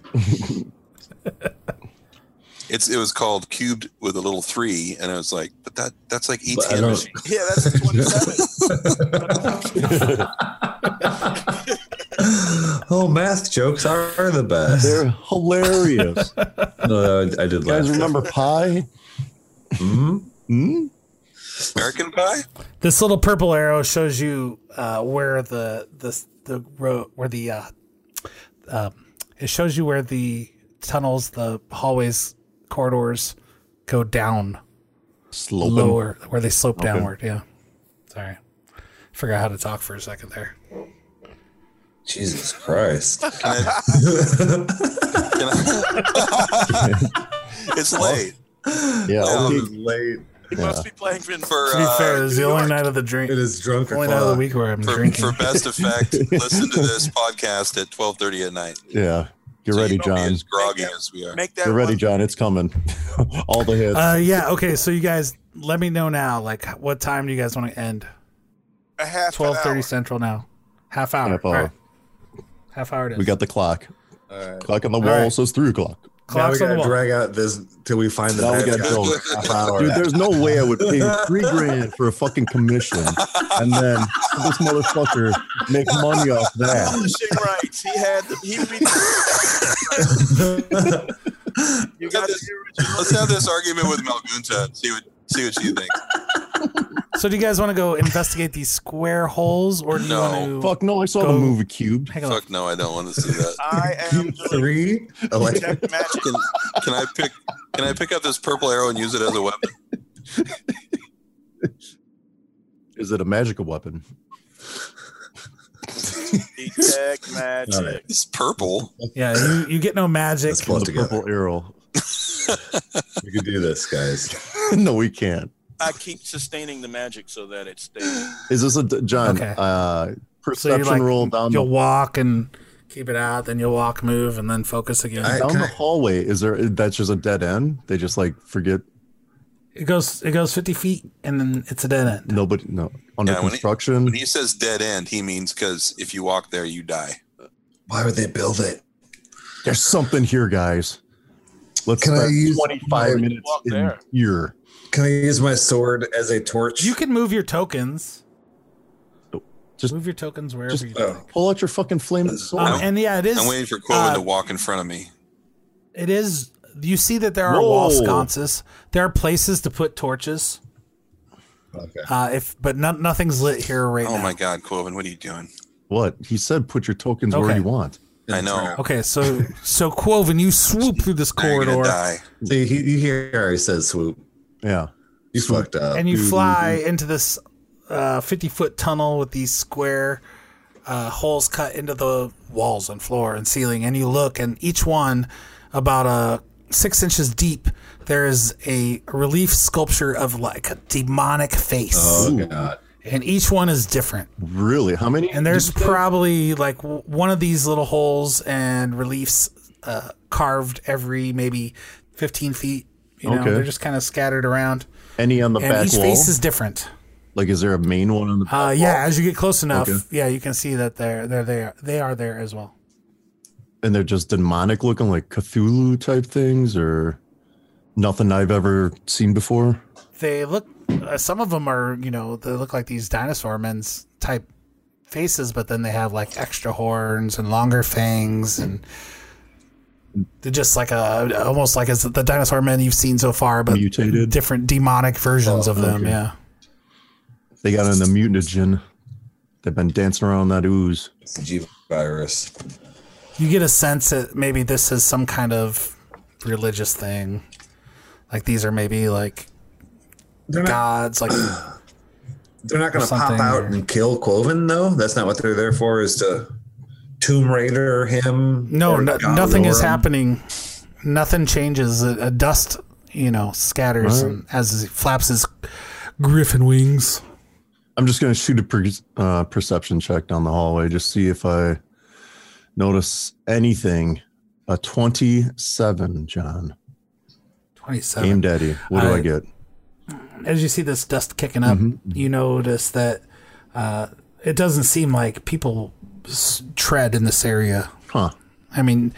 [SPEAKER 4] It's it was called cubed with a little three, and I was like, but that that's like
[SPEAKER 2] But I
[SPEAKER 4] ET
[SPEAKER 2] don't-
[SPEAKER 4] machine.
[SPEAKER 6] Yeah, that's the twenty-seven.
[SPEAKER 2] oh, math jokes are the best.
[SPEAKER 5] They're hilarious. You
[SPEAKER 2] No, I, I did
[SPEAKER 5] guys
[SPEAKER 2] laugh.
[SPEAKER 5] remember Pi?
[SPEAKER 2] Mhm.
[SPEAKER 5] Hmm?
[SPEAKER 4] American Pie.
[SPEAKER 7] This little purple arrow shows you uh, where the the the road where the uh, um, it shows you where the tunnels, the hallways, corridors go down
[SPEAKER 5] Sloping.
[SPEAKER 7] lower, where they slope downward. Yeah, sorry, forgot how to talk for a second there.
[SPEAKER 2] Jesus Christ.
[SPEAKER 4] Can I- can I- it's late
[SPEAKER 5] Yeah.
[SPEAKER 4] Um,
[SPEAKER 5] okay.
[SPEAKER 2] It's late.
[SPEAKER 6] He must be playing for.
[SPEAKER 4] for
[SPEAKER 7] To be
[SPEAKER 4] uh,
[SPEAKER 7] fair, it was the
[SPEAKER 4] New
[SPEAKER 7] only
[SPEAKER 4] York.
[SPEAKER 7] night of the drink,
[SPEAKER 2] It is drunk or
[SPEAKER 7] only night of the
[SPEAKER 2] fuck.
[SPEAKER 7] week where I'm
[SPEAKER 4] for,
[SPEAKER 7] drinking.
[SPEAKER 4] for best effect. listen to this podcast at twelve thirty at night.
[SPEAKER 5] yeah. Get
[SPEAKER 4] So
[SPEAKER 5] ready,
[SPEAKER 4] you won't be
[SPEAKER 5] John.
[SPEAKER 4] As groggy as we are.
[SPEAKER 6] Make that
[SPEAKER 5] Get ready,
[SPEAKER 6] one-
[SPEAKER 5] John. It's coming. All the hits.
[SPEAKER 7] uh, yeah, okay. So you guys, let me know now. Like, what time do you guys want to end?
[SPEAKER 6] a half an
[SPEAKER 7] Twelve thirty
[SPEAKER 6] hour.
[SPEAKER 7] central now. Half hour.
[SPEAKER 5] Half
[SPEAKER 7] All
[SPEAKER 5] hour.
[SPEAKER 7] right. Half hour. It is.
[SPEAKER 5] we got the clock. Clock on the wall
[SPEAKER 7] right.
[SPEAKER 5] says three o'clock.
[SPEAKER 2] Now we
[SPEAKER 7] clocks on the
[SPEAKER 2] gotta
[SPEAKER 7] wall.
[SPEAKER 2] drag out this till we find the
[SPEAKER 5] Now we
[SPEAKER 2] bad
[SPEAKER 5] gotta
[SPEAKER 2] guy.
[SPEAKER 5] go.
[SPEAKER 2] Half hour.
[SPEAKER 5] Dude, there's no way I would pay three grand for a fucking commission and then this motherfucker make money off that.
[SPEAKER 6] Publishing rights. He had. The, he re- you got the original.
[SPEAKER 4] Let's have this argument with Malgunta. and See what see what you think.
[SPEAKER 7] So do you guys want to go investigate these square holes, or do you
[SPEAKER 4] No.
[SPEAKER 7] want to
[SPEAKER 5] Fuck no, I saw
[SPEAKER 7] Go.
[SPEAKER 5] the movie Cube.
[SPEAKER 7] hang on?
[SPEAKER 4] Fuck no, I don't want to see that.
[SPEAKER 6] I am
[SPEAKER 2] Cube
[SPEAKER 6] doing
[SPEAKER 2] three. Electric.
[SPEAKER 6] detect magic.
[SPEAKER 4] Can, can I pick? Can I pick up this purple arrow and use it as a weapon?
[SPEAKER 5] Is it a magical weapon?
[SPEAKER 6] Detect magic.
[SPEAKER 2] All right.
[SPEAKER 4] It's purple.
[SPEAKER 7] Yeah, you, you get no magic.
[SPEAKER 2] Let's pull it
[SPEAKER 5] The
[SPEAKER 2] together.
[SPEAKER 5] purple arrow.
[SPEAKER 2] We can do this, guys.
[SPEAKER 5] no, we can't.
[SPEAKER 6] I keep sustaining the magic so that it stays.
[SPEAKER 5] Is this a John?
[SPEAKER 7] Okay.
[SPEAKER 5] Uh,
[SPEAKER 7] So you
[SPEAKER 5] perception
[SPEAKER 7] like
[SPEAKER 5] roll down,
[SPEAKER 7] you'll
[SPEAKER 5] the,
[SPEAKER 7] walk and keep it out, then you'll walk, move, and then focus again.
[SPEAKER 2] I-
[SPEAKER 5] down
[SPEAKER 2] can
[SPEAKER 5] the hallway. Is there that's just a dead end? They just like forget
[SPEAKER 7] it goes it goes fifty feet, and then it's a dead end.
[SPEAKER 5] nobody. No, under
[SPEAKER 4] Yeah, when he-
[SPEAKER 5] construction.
[SPEAKER 4] When he says dead end, he means because if you walk there, you die.
[SPEAKER 2] Why would they build it?
[SPEAKER 5] There's something here, guys. Let's
[SPEAKER 2] Can I
[SPEAKER 5] spend
[SPEAKER 2] use
[SPEAKER 5] 25
[SPEAKER 2] my-
[SPEAKER 5] minutes
[SPEAKER 6] Walk
[SPEAKER 5] in
[SPEAKER 6] there.
[SPEAKER 5] here.
[SPEAKER 2] Can I use my sword as a torch?
[SPEAKER 7] You can move your tokens.
[SPEAKER 5] Just-
[SPEAKER 7] move your tokens wherever
[SPEAKER 5] just-
[SPEAKER 7] you like.
[SPEAKER 5] Pull out your fucking flaming sword.
[SPEAKER 7] Um, and yeah, it is.
[SPEAKER 4] I'm waiting for Quillen
[SPEAKER 7] uh,
[SPEAKER 4] to walk in front of me.
[SPEAKER 7] It is. You see that there are wall
[SPEAKER 5] Whoa.
[SPEAKER 7] sconces. There are places to put torches.
[SPEAKER 2] Okay.
[SPEAKER 7] Uh, if but no, nothing's lit here right
[SPEAKER 4] Oh
[SPEAKER 7] now.
[SPEAKER 4] my God, Quillen, what are you doing?
[SPEAKER 5] What? He said put your tokens where
[SPEAKER 7] Okay.
[SPEAKER 5] you want.
[SPEAKER 4] I know.
[SPEAKER 7] Okay, so so Quoven, you swoop through this
[SPEAKER 4] Now You're gonna
[SPEAKER 7] corridor
[SPEAKER 4] die.
[SPEAKER 2] See, he, you hear how he says swoop.
[SPEAKER 5] Yeah.
[SPEAKER 2] You fucked up.
[SPEAKER 7] and you fly into this uh, fifty foot tunnel with these square uh, holes cut into the walls and floor and ceiling, and you look, and each one about uh, six inches deep. There is a relief sculpture of like a demonic face,
[SPEAKER 5] Uh-huh.
[SPEAKER 2] Oh god.
[SPEAKER 7] and each one is different.
[SPEAKER 5] Really? How many?
[SPEAKER 7] And there's probably like w- one of these little holes and reliefs uh, carved every maybe 15 feet. You know,
[SPEAKER 5] Okay.
[SPEAKER 7] they're just kind of scattered around.
[SPEAKER 5] any on the
[SPEAKER 7] And
[SPEAKER 5] back
[SPEAKER 7] each
[SPEAKER 5] wall?
[SPEAKER 7] face is different.
[SPEAKER 5] like, is there a main one on the back?
[SPEAKER 7] Uh, yeah, as you get close enough,
[SPEAKER 5] Okay.
[SPEAKER 7] yeah, you can see that they're they're there. They are there as well.
[SPEAKER 5] and they're just demonic looking, like Cthulhu type things, or nothing I've ever seen before?
[SPEAKER 7] They look. Uh, some of them are, you know, they look like these dinosaur men's type faces, but then they have like extra horns and longer fangs and. They're just like a almost like as the dinosaur men you've seen so far, but
[SPEAKER 5] Mutated. Oh,
[SPEAKER 7] different demonic versions of them. Yeah.
[SPEAKER 5] They got in the mutagen. They've been dancing around that ooze.
[SPEAKER 2] It's a G virus.
[SPEAKER 7] You get a sense that maybe this is some kind of religious thing. Like these are maybe like
[SPEAKER 2] They're not,
[SPEAKER 7] gods. Like
[SPEAKER 2] they're not gonna
[SPEAKER 7] or something,
[SPEAKER 2] pop out
[SPEAKER 7] or-
[SPEAKER 2] and kill Quoven though. That's not what they're there for, is to Tomb Raider him.
[SPEAKER 7] no,
[SPEAKER 2] or um,
[SPEAKER 7] no
[SPEAKER 2] God
[SPEAKER 7] nothing is
[SPEAKER 2] lore him.
[SPEAKER 7] happening. Nothing changes. A, a dust, you know, scatters and as he flaps his griffin wings.
[SPEAKER 5] I'm just gonna shoot a per, uh, perception check down the hallway, just see if I notice anything. A 27, John.
[SPEAKER 7] Twenty-seven.
[SPEAKER 5] Game Daddy. What do I,
[SPEAKER 7] I-
[SPEAKER 5] get?
[SPEAKER 7] as you see this dust kicking up,
[SPEAKER 2] Mm-hmm.
[SPEAKER 7] you notice that uh, it doesn't seem like people s- tread in this area.
[SPEAKER 5] Huh.
[SPEAKER 7] I mean,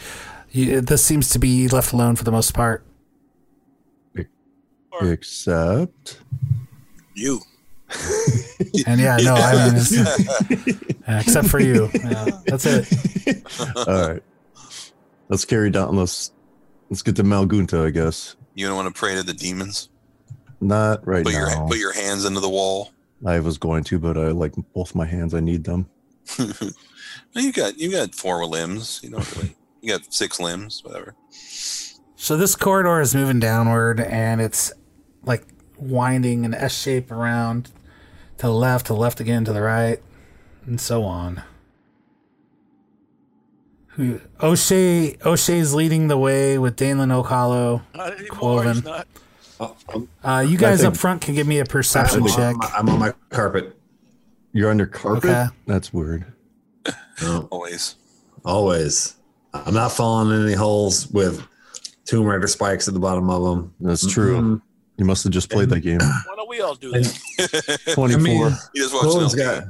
[SPEAKER 7] you, this seems to be left alone for the most part.
[SPEAKER 5] Except
[SPEAKER 6] You.
[SPEAKER 7] And yeah, no, Oh, I mean, it's, Yeah, except for you. Yeah, that's it.
[SPEAKER 5] all right. Let's carry down let's let's get to Malgunta, I guess.
[SPEAKER 4] You don't want to pray to the demons.
[SPEAKER 5] Not right
[SPEAKER 4] Put your
[SPEAKER 5] now.
[SPEAKER 4] put your hands into the wall.
[SPEAKER 5] I was going to, but I like both my hands. I need them.
[SPEAKER 4] No, you got you got four limbs. You don't really. You got six limbs, whatever.
[SPEAKER 7] So this corridor is moving downward, and it's like winding an S shape around to the left, to the left again, to the right, and so on. Who- O'Shea O'Shea's leading the way with Danelin O'Callo. Quoven. Uh, you guys
[SPEAKER 5] think-
[SPEAKER 7] up front can give me a
[SPEAKER 2] Oh, I'm
[SPEAKER 7] perception
[SPEAKER 2] on,
[SPEAKER 7] check.
[SPEAKER 2] my, I'm on my carpet.
[SPEAKER 5] You're under carpet?
[SPEAKER 7] Okay.
[SPEAKER 5] That's weird.
[SPEAKER 2] No,
[SPEAKER 4] Always.
[SPEAKER 2] always. I'm not falling in any holes with Tomb Raider spikes at the bottom of them.
[SPEAKER 5] That's true. You must have just played that game.
[SPEAKER 6] Why don't we all do that?
[SPEAKER 5] 24.
[SPEAKER 4] You just watch
[SPEAKER 2] Quoven's
[SPEAKER 4] an
[SPEAKER 2] got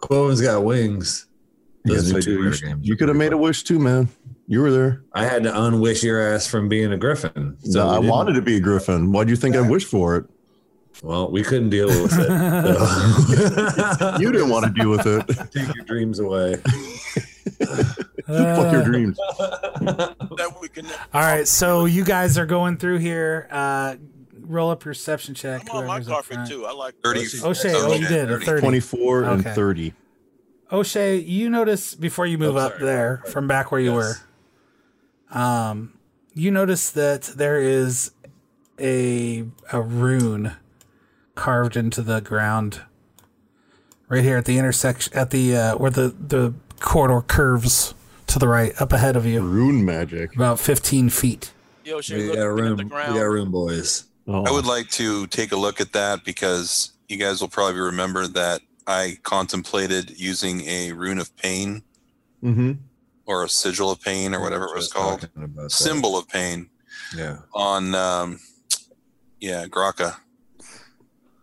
[SPEAKER 2] Quoven's got wings.
[SPEAKER 5] Yeah,
[SPEAKER 2] Doesn't
[SPEAKER 5] you
[SPEAKER 2] play
[SPEAKER 5] too.
[SPEAKER 2] Tomb
[SPEAKER 5] You
[SPEAKER 2] Raider
[SPEAKER 5] sh-
[SPEAKER 2] games.
[SPEAKER 5] you could have made a wish too, man. You were there.
[SPEAKER 2] I had to unwish your ass from being a griffin.
[SPEAKER 5] So
[SPEAKER 2] we
[SPEAKER 5] I
[SPEAKER 2] didn't-
[SPEAKER 5] wanted to be a griffin. Why do you think I wished for it?
[SPEAKER 2] Well, we couldn't deal with it. so.
[SPEAKER 5] You didn't want to deal with it.
[SPEAKER 2] take your dreams away.
[SPEAKER 5] Fuck
[SPEAKER 7] Uh,
[SPEAKER 5] your dreams.
[SPEAKER 6] that we can.
[SPEAKER 7] All right, so you guys are going through here. Uh, roll up your perception check.
[SPEAKER 6] I'm on my
[SPEAKER 7] whoever's up
[SPEAKER 6] carpet
[SPEAKER 7] front.
[SPEAKER 6] too. I like
[SPEAKER 4] Thirty.
[SPEAKER 7] O'Shea, oh, you did a
[SPEAKER 4] Thirty.
[SPEAKER 7] thirty.
[SPEAKER 5] 24 and
[SPEAKER 7] Okay.
[SPEAKER 5] 30.
[SPEAKER 7] O'Shea, you notice before you move up there from back where you were, um, you notice that there is a a rune carved into the ground right here at the intersection at the uh, where the the corridor curves to the right up ahead of you
[SPEAKER 5] Rune magic.
[SPEAKER 7] about 15 feet
[SPEAKER 6] Yo, should
[SPEAKER 2] We
[SPEAKER 6] we
[SPEAKER 2] got a
[SPEAKER 6] look
[SPEAKER 2] room.
[SPEAKER 6] at
[SPEAKER 2] We
[SPEAKER 6] the
[SPEAKER 2] got
[SPEAKER 6] ground?
[SPEAKER 2] a room, boys.
[SPEAKER 5] Oh.
[SPEAKER 4] I would like to take a look at that because you guys will probably remember that I contemplated using a rune of pain
[SPEAKER 5] hmm
[SPEAKER 4] or a sigil of pain or whatever it was
[SPEAKER 2] Just
[SPEAKER 4] called,
[SPEAKER 2] talking about that.
[SPEAKER 4] symbol of pain
[SPEAKER 2] Yeah.
[SPEAKER 4] on, um, yeah, Graka.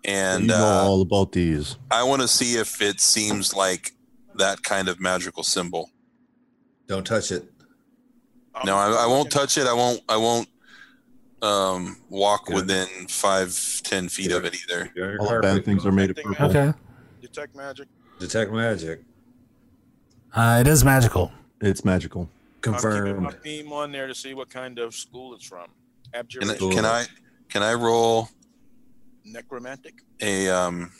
[SPEAKER 5] And,
[SPEAKER 4] And
[SPEAKER 5] you know
[SPEAKER 4] uh,
[SPEAKER 5] all about these.
[SPEAKER 4] I want to see if it seems like that kind of magical symbol.
[SPEAKER 2] Don't touch it.
[SPEAKER 4] No, I, I won't touch it. I won't. I won't um, walk within five, ten feet of it either.
[SPEAKER 5] All bad things are made of purple.
[SPEAKER 7] Okay.
[SPEAKER 6] Detect magic.
[SPEAKER 2] Detect magic.
[SPEAKER 7] Uh, it is magical.
[SPEAKER 5] It's magical.
[SPEAKER 6] I'm keeping my
[SPEAKER 2] Confirmed.
[SPEAKER 6] beam on there to see what kind of school it's from.
[SPEAKER 4] Can, I-
[SPEAKER 6] Abjuration.
[SPEAKER 4] can I? Can I roll
[SPEAKER 6] Necromantic.
[SPEAKER 4] a? Um,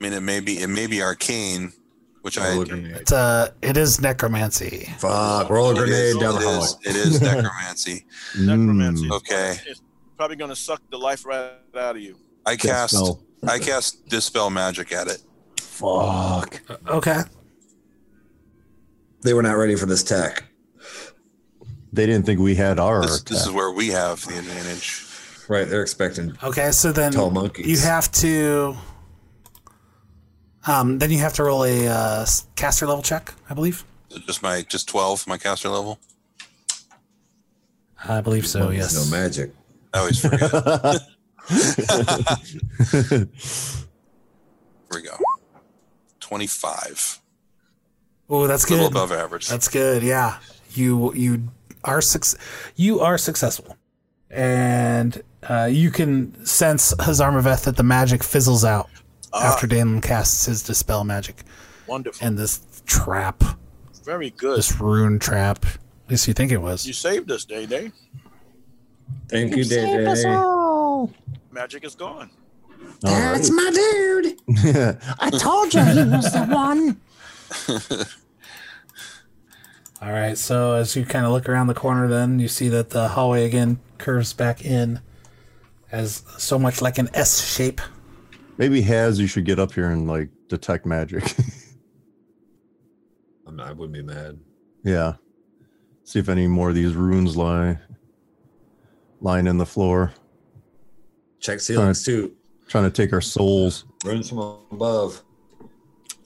[SPEAKER 4] I mean, it may be. It may be arcane, which I.
[SPEAKER 2] Roll a grenade.
[SPEAKER 7] It's uh, it is necromancy.
[SPEAKER 2] Fuck. Roll a
[SPEAKER 4] it is-
[SPEAKER 2] grenade down the
[SPEAKER 4] it
[SPEAKER 2] hallway.
[SPEAKER 4] is- It is necromancy.
[SPEAKER 7] Hmm.
[SPEAKER 6] Necromancy.
[SPEAKER 5] Mm,
[SPEAKER 4] Okay,
[SPEAKER 6] It's probably going to suck the life right out of you.
[SPEAKER 4] I
[SPEAKER 5] death
[SPEAKER 4] cast.
[SPEAKER 5] spell.
[SPEAKER 4] I cast dispel magic at it.
[SPEAKER 2] Fuck.
[SPEAKER 7] Okay.
[SPEAKER 2] They were not ready for this tech.
[SPEAKER 5] They didn't think we had our.
[SPEAKER 4] This, this
[SPEAKER 5] attack.
[SPEAKER 4] is where we have the advantage.
[SPEAKER 2] Right. They're expecting
[SPEAKER 7] Okay. So then
[SPEAKER 2] tall monkeys.
[SPEAKER 7] you have to. Um, then you have to roll a uh, s- caster level check, I believe.
[SPEAKER 4] Just my just twelve, my caster level.
[SPEAKER 7] I believe so.
[SPEAKER 2] There's
[SPEAKER 7] Yes.
[SPEAKER 2] No magic.
[SPEAKER 4] I always forget. Here we go. Twenty-five.
[SPEAKER 7] Oh, that's
[SPEAKER 4] A little
[SPEAKER 7] good.
[SPEAKER 4] above average.
[SPEAKER 7] That's good. Yeah. You you are suc- you are successful, and uh, you can sense Hazarmaveth that the magic fizzles out after Dalen casts his dispel magic
[SPEAKER 6] Wonderful.
[SPEAKER 7] and this trap,
[SPEAKER 6] Very good.
[SPEAKER 7] this rune trap. At least you think it was.
[SPEAKER 6] You saved us, Day Day.
[SPEAKER 2] Thank you, Dave.
[SPEAKER 6] Magic is gone.
[SPEAKER 5] All
[SPEAKER 10] That's my dude.
[SPEAKER 5] right.
[SPEAKER 10] I told you he was the one.
[SPEAKER 7] All right, so as you kind of look around the corner, then you see that the hallway again curves back in as so much like an S shape.
[SPEAKER 5] Maybe Has, you should get up here and like detect magic.
[SPEAKER 2] I'm not, I wouldn't be mad.
[SPEAKER 5] yeah. See if any more of these runes lie lying in the floor.
[SPEAKER 2] Check ceilings too.
[SPEAKER 5] Trying to take our souls.
[SPEAKER 2] Runes from above.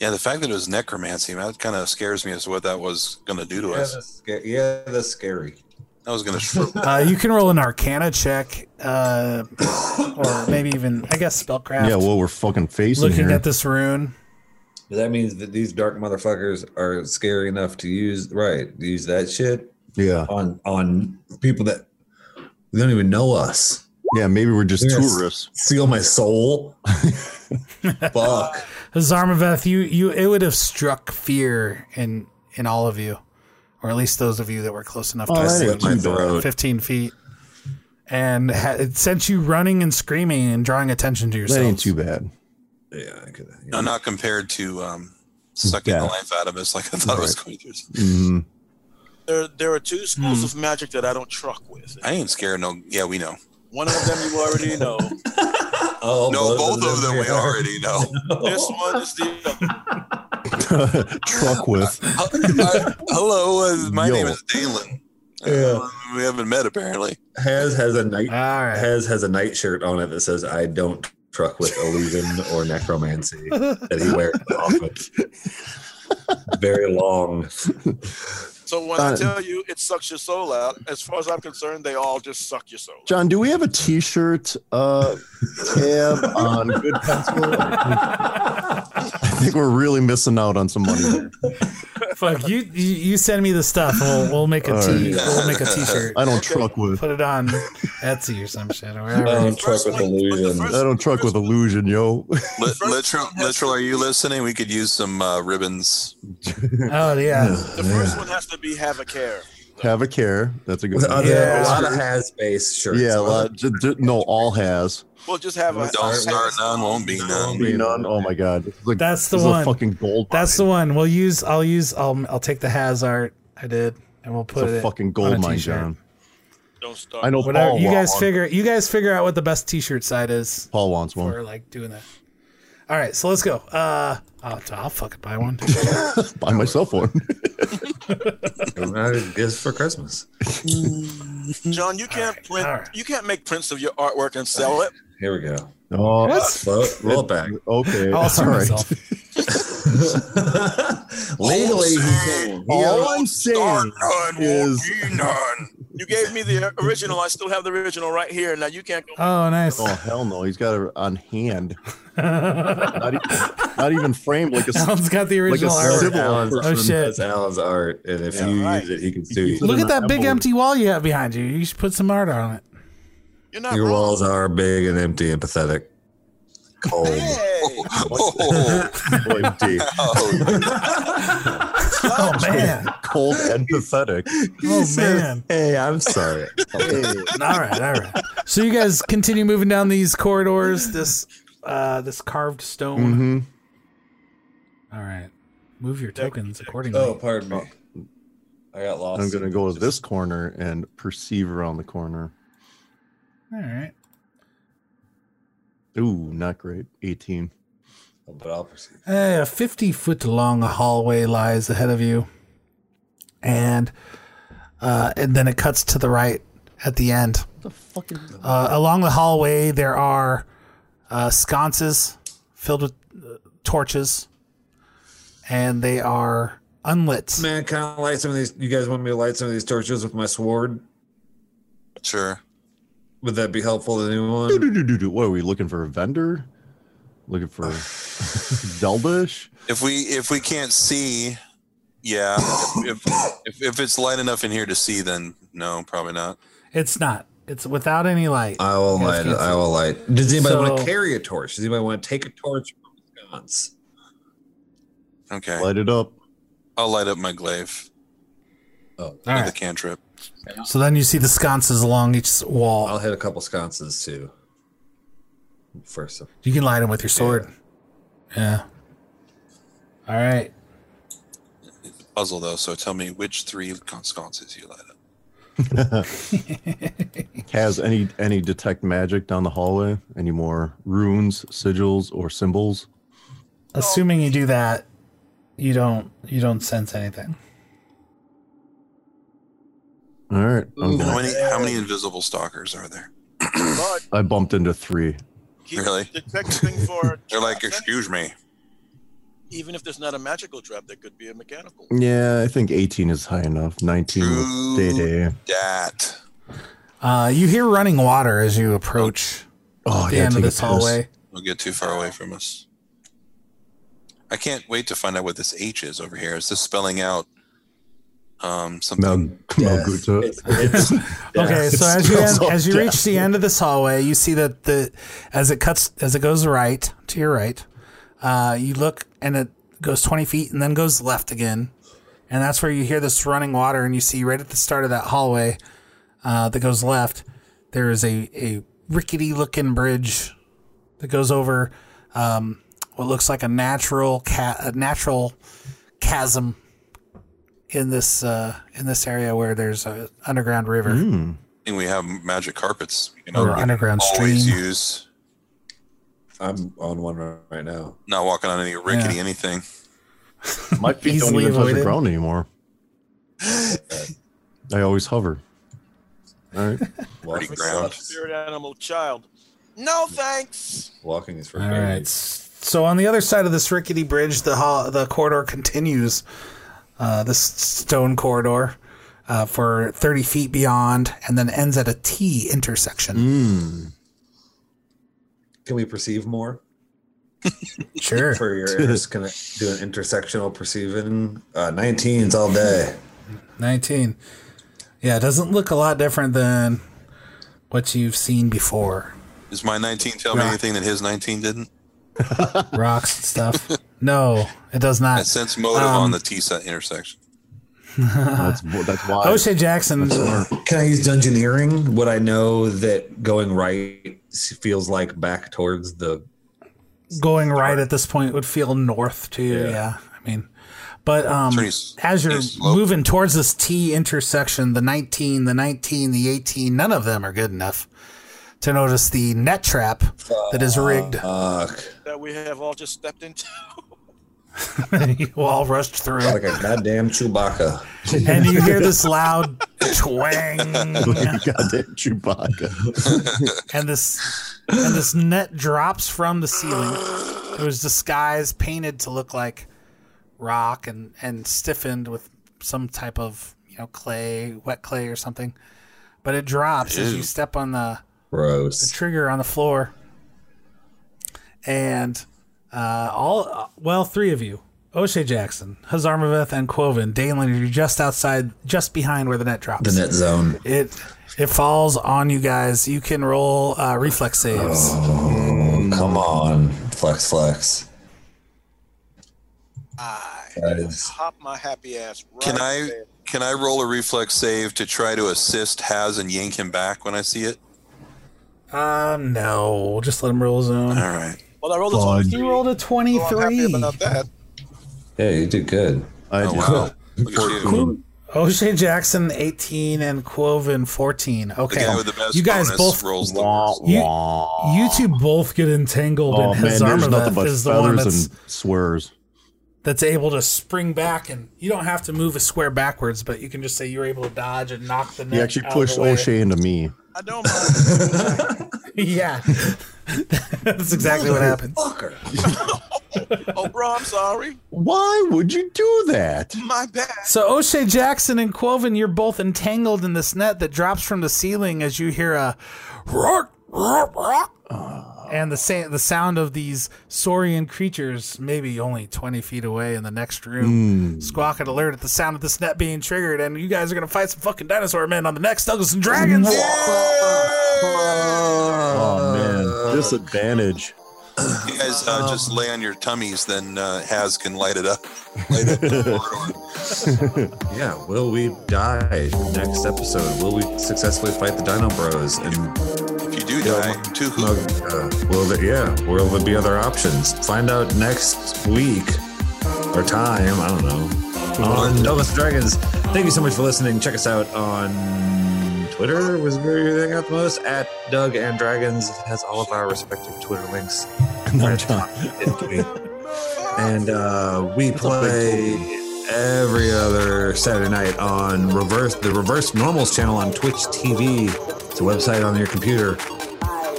[SPEAKER 4] yeah, the fact that it was necromancy, man, that kind of scares me as to what that was going to do to
[SPEAKER 2] Yeah,
[SPEAKER 4] us.
[SPEAKER 2] that's, sca- yeah, that's scary.
[SPEAKER 4] That was going to.
[SPEAKER 7] Uh, you can roll an Arcana check, uh, or maybe even I guess spellcraft.
[SPEAKER 5] Yeah, well, we're fucking facing
[SPEAKER 7] looking
[SPEAKER 5] here.
[SPEAKER 7] at this rune.
[SPEAKER 2] That means that these dark motherfuckers are scary enough to use. Right, use that shit
[SPEAKER 5] yeah.
[SPEAKER 2] on on people that they don't even know us.
[SPEAKER 5] Yeah, maybe we're just
[SPEAKER 2] Yes.
[SPEAKER 5] tourists.
[SPEAKER 2] Seal my soul. Fuck.
[SPEAKER 7] Zarmaveth, you you it would have struck fear in in all of you, or at least those of you that were close enough
[SPEAKER 5] Oh,
[SPEAKER 7] to
[SPEAKER 5] that
[SPEAKER 7] see
[SPEAKER 5] ain't
[SPEAKER 2] slit my
[SPEAKER 5] too bad.
[SPEAKER 2] throat.
[SPEAKER 7] fifteen feet, and ha- it sent you running and screaming and drawing attention to yourself.
[SPEAKER 5] That ain't too bad.
[SPEAKER 2] Yeah, I could.
[SPEAKER 4] no, not compared to um, sucking
[SPEAKER 5] Yeah.
[SPEAKER 4] the life out of us like I thought it was going to.
[SPEAKER 5] Mhm.
[SPEAKER 6] There, there are two
[SPEAKER 7] Hmm.
[SPEAKER 6] schools of magic that I don't truck with.
[SPEAKER 4] I ain't scared. No, yeah, we know.
[SPEAKER 6] One of them you already know.
[SPEAKER 2] Oh,
[SPEAKER 4] No, both of them we already know.
[SPEAKER 6] This one is the
[SPEAKER 5] Truck with.
[SPEAKER 4] Uh, Hello, uh, my
[SPEAKER 5] Yo.
[SPEAKER 4] name is Dalen.
[SPEAKER 2] Yeah.
[SPEAKER 4] We haven't met apparently.
[SPEAKER 2] Has has a night
[SPEAKER 7] All right.
[SPEAKER 2] has has a nightshirt on it that says "I don't truck with illusion or necromancy" that he wears often. Very long.
[SPEAKER 6] so when I
[SPEAKER 5] Uh,
[SPEAKER 6] tell you it sucks your soul out, as far as I'm concerned, they all just suck your soul.
[SPEAKER 5] John, do we have a t shirt uh, tab on Good Pencil? I think we're really missing out on some money. there.
[SPEAKER 7] Fuck you! You you send me the stuff. We'll we'll make a
[SPEAKER 5] All
[SPEAKER 7] t.
[SPEAKER 5] right.
[SPEAKER 7] We'll make a t-shirt.
[SPEAKER 5] I don't truck with.
[SPEAKER 7] Put it on Etsy or some shit or
[SPEAKER 2] I
[SPEAKER 7] whatever.
[SPEAKER 2] don't truck with illusion.
[SPEAKER 5] I don't truck with illusion, yo.
[SPEAKER 4] Lit- literal, literal, are you listening? We could use some uh, ribbons.
[SPEAKER 7] Oh yeah.
[SPEAKER 6] The first one has to be have a care.
[SPEAKER 5] Have a care. That's a good.
[SPEAKER 2] With
[SPEAKER 5] One.
[SPEAKER 2] other,
[SPEAKER 7] Yeah.
[SPEAKER 2] a lot of has base shirts.
[SPEAKER 5] yeah, a lot. J- j- no, all has.
[SPEAKER 6] We'll just have a
[SPEAKER 4] Don't start none, won't be none.
[SPEAKER 5] Be none. Oh my god, This is like-
[SPEAKER 7] That's the
[SPEAKER 5] this is
[SPEAKER 7] one.
[SPEAKER 5] A fucking gold.
[SPEAKER 7] That's the one. We'll use. I'll use. I'll I'll take the Hazard. I did, and we'll
[SPEAKER 5] It's
[SPEAKER 7] put
[SPEAKER 5] a
[SPEAKER 7] it.
[SPEAKER 5] fucking
[SPEAKER 7] on
[SPEAKER 5] gold
[SPEAKER 7] a
[SPEAKER 5] mine,
[SPEAKER 7] t-shirt.
[SPEAKER 5] John.
[SPEAKER 6] Don't start.
[SPEAKER 5] I know
[SPEAKER 7] Whatever
[SPEAKER 5] Paul.
[SPEAKER 7] you guys
[SPEAKER 5] wants-
[SPEAKER 7] figure. You guys figure out what the best T-shirt side is
[SPEAKER 5] Paul wants one.
[SPEAKER 7] for like doing that. All right, so let's go. Uh, I'll, I'll fucking buy one.
[SPEAKER 5] Buy myself one.
[SPEAKER 2] Gifts for Christmas.
[SPEAKER 6] John, you can't print.
[SPEAKER 7] all right.
[SPEAKER 6] You can't make prints of your artwork and sell it.
[SPEAKER 2] Here we go.
[SPEAKER 5] Oh,
[SPEAKER 2] Roll, roll it back.
[SPEAKER 5] Okay.
[SPEAKER 7] I'll sue
[SPEAKER 5] all right.
[SPEAKER 7] myself.
[SPEAKER 2] Legally, he can.
[SPEAKER 4] Oh,
[SPEAKER 5] All I'm saying
[SPEAKER 4] Start none,
[SPEAKER 5] is
[SPEAKER 4] won't be none.
[SPEAKER 6] You gave me the original. I still have the original right here. Now you can't go.
[SPEAKER 1] Oh, nice.
[SPEAKER 5] Oh hell no, he's got it on hand. not, even, not even framed like a.
[SPEAKER 1] Alan's got the original
[SPEAKER 5] like a
[SPEAKER 1] art.
[SPEAKER 5] civil
[SPEAKER 2] Alan's,
[SPEAKER 1] Oh, shit.
[SPEAKER 2] That's Alan's art, and if
[SPEAKER 5] Yeah,
[SPEAKER 2] you
[SPEAKER 6] right.
[SPEAKER 2] use it, he can
[SPEAKER 5] He
[SPEAKER 2] sue
[SPEAKER 5] keeps
[SPEAKER 2] you.
[SPEAKER 5] it
[SPEAKER 1] Look at that big
[SPEAKER 5] Envelope.
[SPEAKER 1] empty wall you have behind you. You should put some art on it.
[SPEAKER 6] You're not
[SPEAKER 2] Your
[SPEAKER 6] wrong.
[SPEAKER 2] walls are big and empty and pathetic. Cold.
[SPEAKER 6] Hey,
[SPEAKER 4] Oh,
[SPEAKER 5] empty,
[SPEAKER 4] oh,
[SPEAKER 1] Oh man.
[SPEAKER 5] cold, and pathetic.
[SPEAKER 1] Oh man.
[SPEAKER 2] Hey, I'm sorry.
[SPEAKER 1] all right, all right. So you guys continue moving down these corridors, this uh this carved stone.
[SPEAKER 5] hmm
[SPEAKER 1] All right. Move your tokens accordingly.
[SPEAKER 2] oh, pardon me. I got lost.
[SPEAKER 5] I'm gonna go to this corner and perceive around the corner.
[SPEAKER 1] All right.
[SPEAKER 5] Ooh, not great. 18.
[SPEAKER 2] But I'll proceed.
[SPEAKER 1] Eh, a 50 foot long hallway lies ahead of you. And uh, and then it cuts to the right at the end. uh, along the hallway, there are uh, sconces filled with uh, torches, and they are unlit.
[SPEAKER 2] Man, can I light some of these? You guys want me to light some of these torches with my sword?
[SPEAKER 4] sure.
[SPEAKER 2] Would that be helpful to anyone?
[SPEAKER 5] Do-do-do-do-do. What are we looking for? A vendor? Looking for Delbish?
[SPEAKER 4] If we if we can't see, yeah. If, if if it's light enough in here to see, then no, probably not.
[SPEAKER 1] It's not. It's without any light.
[SPEAKER 2] I will
[SPEAKER 1] You guys
[SPEAKER 2] light. it.
[SPEAKER 1] can't
[SPEAKER 2] I will light. Does anybody want
[SPEAKER 1] So-
[SPEAKER 2] to carry a torch? Does anybody want to take a torch from the sconce?
[SPEAKER 4] Okay,
[SPEAKER 5] Light it up.
[SPEAKER 4] I'll light up my glaive
[SPEAKER 2] Oh,
[SPEAKER 1] All
[SPEAKER 4] with
[SPEAKER 1] right.
[SPEAKER 4] the cantrip.
[SPEAKER 1] So then you see the sconces along each
[SPEAKER 2] I'll
[SPEAKER 1] wall.
[SPEAKER 2] hit a couple sconces too. First, of-
[SPEAKER 1] You can light them with your sword. Yeah. All right.
[SPEAKER 4] Puzzle though, so tell me which three con- sconces you light up.
[SPEAKER 5] Has any any detect magic down the hallway? Any more runes, sigils, or symbols?
[SPEAKER 1] Assuming you do that, you don't you don't sense anything.
[SPEAKER 5] All right. I'm
[SPEAKER 4] How
[SPEAKER 5] gonna,
[SPEAKER 4] many how many invisible stalkers are there?
[SPEAKER 6] Lord,
[SPEAKER 5] I bumped into three.
[SPEAKER 6] keep
[SPEAKER 4] Really?
[SPEAKER 6] detecting for.
[SPEAKER 4] They're like,
[SPEAKER 6] traps, eh?
[SPEAKER 4] excuse me.
[SPEAKER 6] even if there's not a magical trap, there could be a mechanical.
[SPEAKER 7] Mm.
[SPEAKER 5] Yeah, I think 18 is high enough. 19
[SPEAKER 4] Ooh.
[SPEAKER 5] with Day Day.
[SPEAKER 4] That.
[SPEAKER 1] Uh, you hear running water as you approach
[SPEAKER 5] Oh,
[SPEAKER 1] the
[SPEAKER 5] yeah,
[SPEAKER 1] end
[SPEAKER 5] take
[SPEAKER 1] of
[SPEAKER 5] a
[SPEAKER 1] this
[SPEAKER 5] piss.
[SPEAKER 1] hallway.
[SPEAKER 4] Don't get too far away from us. I can't wait to find out what this H is over here. Is this spelling out um,
[SPEAKER 5] Mal-
[SPEAKER 4] something?
[SPEAKER 5] Malguta.
[SPEAKER 1] Okay, so
[SPEAKER 5] It
[SPEAKER 1] as you
[SPEAKER 5] smells
[SPEAKER 1] end, as you
[SPEAKER 5] of
[SPEAKER 1] reach the end of this hallway, you see that the as it cuts as it goes right to your right, uh, you look and it goes twenty feet and then goes left again, and that's where you hear this running water and you see right at the start of that hallway uh, that goes left, there is a a rickety looking bridge that goes over um, what looks like a natural ca- a natural chasm in this uh, in this area where there's a underground river.
[SPEAKER 4] I think we have magic carpets. You know,
[SPEAKER 1] Or
[SPEAKER 4] we can
[SPEAKER 1] underground
[SPEAKER 4] always
[SPEAKER 1] stream.
[SPEAKER 4] use.
[SPEAKER 2] I'm on one right now.
[SPEAKER 4] Not walking on any rickety anything.
[SPEAKER 5] My feet don't
[SPEAKER 1] Easily
[SPEAKER 5] even touch the
[SPEAKER 1] avoided.
[SPEAKER 5] ground anymore. I always hover. All right.
[SPEAKER 2] Walking
[SPEAKER 4] ground.
[SPEAKER 2] sucks.
[SPEAKER 6] Spirit animal child. No thanks.
[SPEAKER 2] Walking is for
[SPEAKER 1] All
[SPEAKER 2] babies.
[SPEAKER 1] right. S- So on the other side of this rickety bridge, the hall, the corridor continues. Uh, this stone corridor uh, for thirty feet beyond, and then ends at a T intersection.
[SPEAKER 2] Can we perceive more?
[SPEAKER 1] Sure.
[SPEAKER 2] for your ears. Can I do an intersectional perceiving? Uh, 19s all day.
[SPEAKER 1] 19. Yeah, it doesn't look a lot different than what you've seen before.
[SPEAKER 4] Does my 19 tell me anything that his 19 didn't?
[SPEAKER 1] Rocks and stuff. No, it does
[SPEAKER 4] I
[SPEAKER 1] not.
[SPEAKER 4] sense motive
[SPEAKER 1] Um,
[SPEAKER 4] on the T set intersection.
[SPEAKER 5] That's that's why.
[SPEAKER 1] O'Shea Jackson.
[SPEAKER 2] Can I use dungeoneering? Would I know that going right s- feels like back towards the?
[SPEAKER 1] going right at this point would feel north to you. Yeah, I mean, but um,
[SPEAKER 4] Pretty s-
[SPEAKER 1] as you're
[SPEAKER 4] pretty slow.
[SPEAKER 1] moving towards this T intersection, the 19, the 19, the 18, none of them are good enough to notice the net trap that is rigged.
[SPEAKER 2] Fuck!
[SPEAKER 6] That we have all just stepped into.
[SPEAKER 1] you all rushed through,
[SPEAKER 2] Like a goddamn Chewbacca.
[SPEAKER 1] and you hear this loud twang,
[SPEAKER 5] Goddamn Chewbacca.
[SPEAKER 1] and this and this net drops from the ceiling. It was disguised, painted to look like rock and and stiffened with some type of you know clay, wet clay or something. but it drops as
[SPEAKER 2] Ew.
[SPEAKER 1] you step on the the
[SPEAKER 2] Gross.
[SPEAKER 1] trigger on the floor, and uh, all well, three of you, O'Shea Jackson, Hazarmaveth, and Quoven, Dalen, you're just outside, just behind where the net drops.
[SPEAKER 2] The net zone.
[SPEAKER 1] It it falls on you guys. You can roll uh, reflex saves.
[SPEAKER 2] Oh, come on. Flex, flex. That is
[SPEAKER 6] Hop my happy ass. Right
[SPEAKER 4] Can I
[SPEAKER 6] there.
[SPEAKER 4] can I roll a reflex save to try to assist Haz and yank him back when I see it?
[SPEAKER 1] Um, no, just let him roll his own.
[SPEAKER 4] All right.
[SPEAKER 6] Well, I rolled a
[SPEAKER 5] Bud.
[SPEAKER 6] 23.
[SPEAKER 1] You rolled a
[SPEAKER 5] Oh,
[SPEAKER 6] so I'm happy
[SPEAKER 1] twenty-three.
[SPEAKER 6] about that.
[SPEAKER 2] Yeah, you did good.
[SPEAKER 5] I
[SPEAKER 4] Oh
[SPEAKER 5] did.
[SPEAKER 4] wow. Look at you.
[SPEAKER 1] O'Shea Jackson, eighteen, and Quoven, fourteen.
[SPEAKER 4] The
[SPEAKER 1] Okay,
[SPEAKER 4] guy with the best
[SPEAKER 1] you guys
[SPEAKER 4] bonus
[SPEAKER 1] both
[SPEAKER 4] rolls the
[SPEAKER 5] Wah,
[SPEAKER 4] worst.
[SPEAKER 1] You-
[SPEAKER 5] wah.
[SPEAKER 1] You two both get entangled,
[SPEAKER 5] Oh
[SPEAKER 1] and
[SPEAKER 5] man, there's nothing
[SPEAKER 1] Hazarmaveth
[SPEAKER 5] but
[SPEAKER 1] is the one
[SPEAKER 5] feathers
[SPEAKER 1] that's,
[SPEAKER 5] and swears.
[SPEAKER 1] that's able to spring back, and you don't have to move a square backwards, but you can just say you were able to dodge and knock the.
[SPEAKER 5] He
[SPEAKER 1] net
[SPEAKER 5] actually
[SPEAKER 1] out of
[SPEAKER 5] pushed
[SPEAKER 1] the way.
[SPEAKER 5] O'Shea into me.
[SPEAKER 6] I don't mind.
[SPEAKER 1] yeah, that's exactly what happened.
[SPEAKER 6] oh, bro, I'm sorry.
[SPEAKER 5] Why would you do that?
[SPEAKER 6] My bad.
[SPEAKER 1] So O'Shea Jackson and Quoven, you're both entangled in this net that drops from the ceiling as you hear a roar, roar, roar, Uh, and the sa- the sound of these saurian creatures, maybe only twenty feet away in the next room, squawk and alert at the sound of this net being triggered, and you guys are gonna fight some fucking dinosaur men on the next Douglas and Dragons.
[SPEAKER 5] Oh man, disadvantage.
[SPEAKER 4] You guys uh, just lay on your tummies, then uh, Haz can light it up. Light up the corridor.
[SPEAKER 2] Yeah, will we die next episode? Will we successfully fight the Dino Bros? And
[SPEAKER 4] If you do die, two hoop.
[SPEAKER 2] uh, will there, yeah, will there be other options? Find out next week or time. I don't know. On Dumbest Dragons. Thank you so much for listening. Check us out on Twitter. Was where they got the most at Doug and Dragons has all of our respective Twitter links.
[SPEAKER 5] Not John.
[SPEAKER 2] and uh, we play every other Saturday night on reverse the Reverse Normals channel on Twitch TV. It's a website on your computer.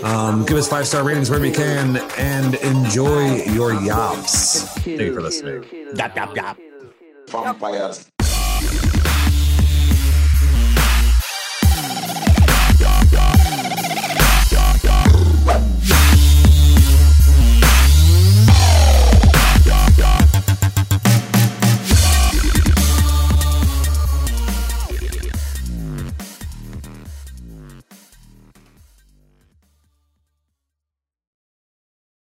[SPEAKER 2] Um, give us five star ratings wherever you can, and enjoy your yops. Thank you for listening.
[SPEAKER 8] Yap, yap, yap.
[SPEAKER 11] Vampires.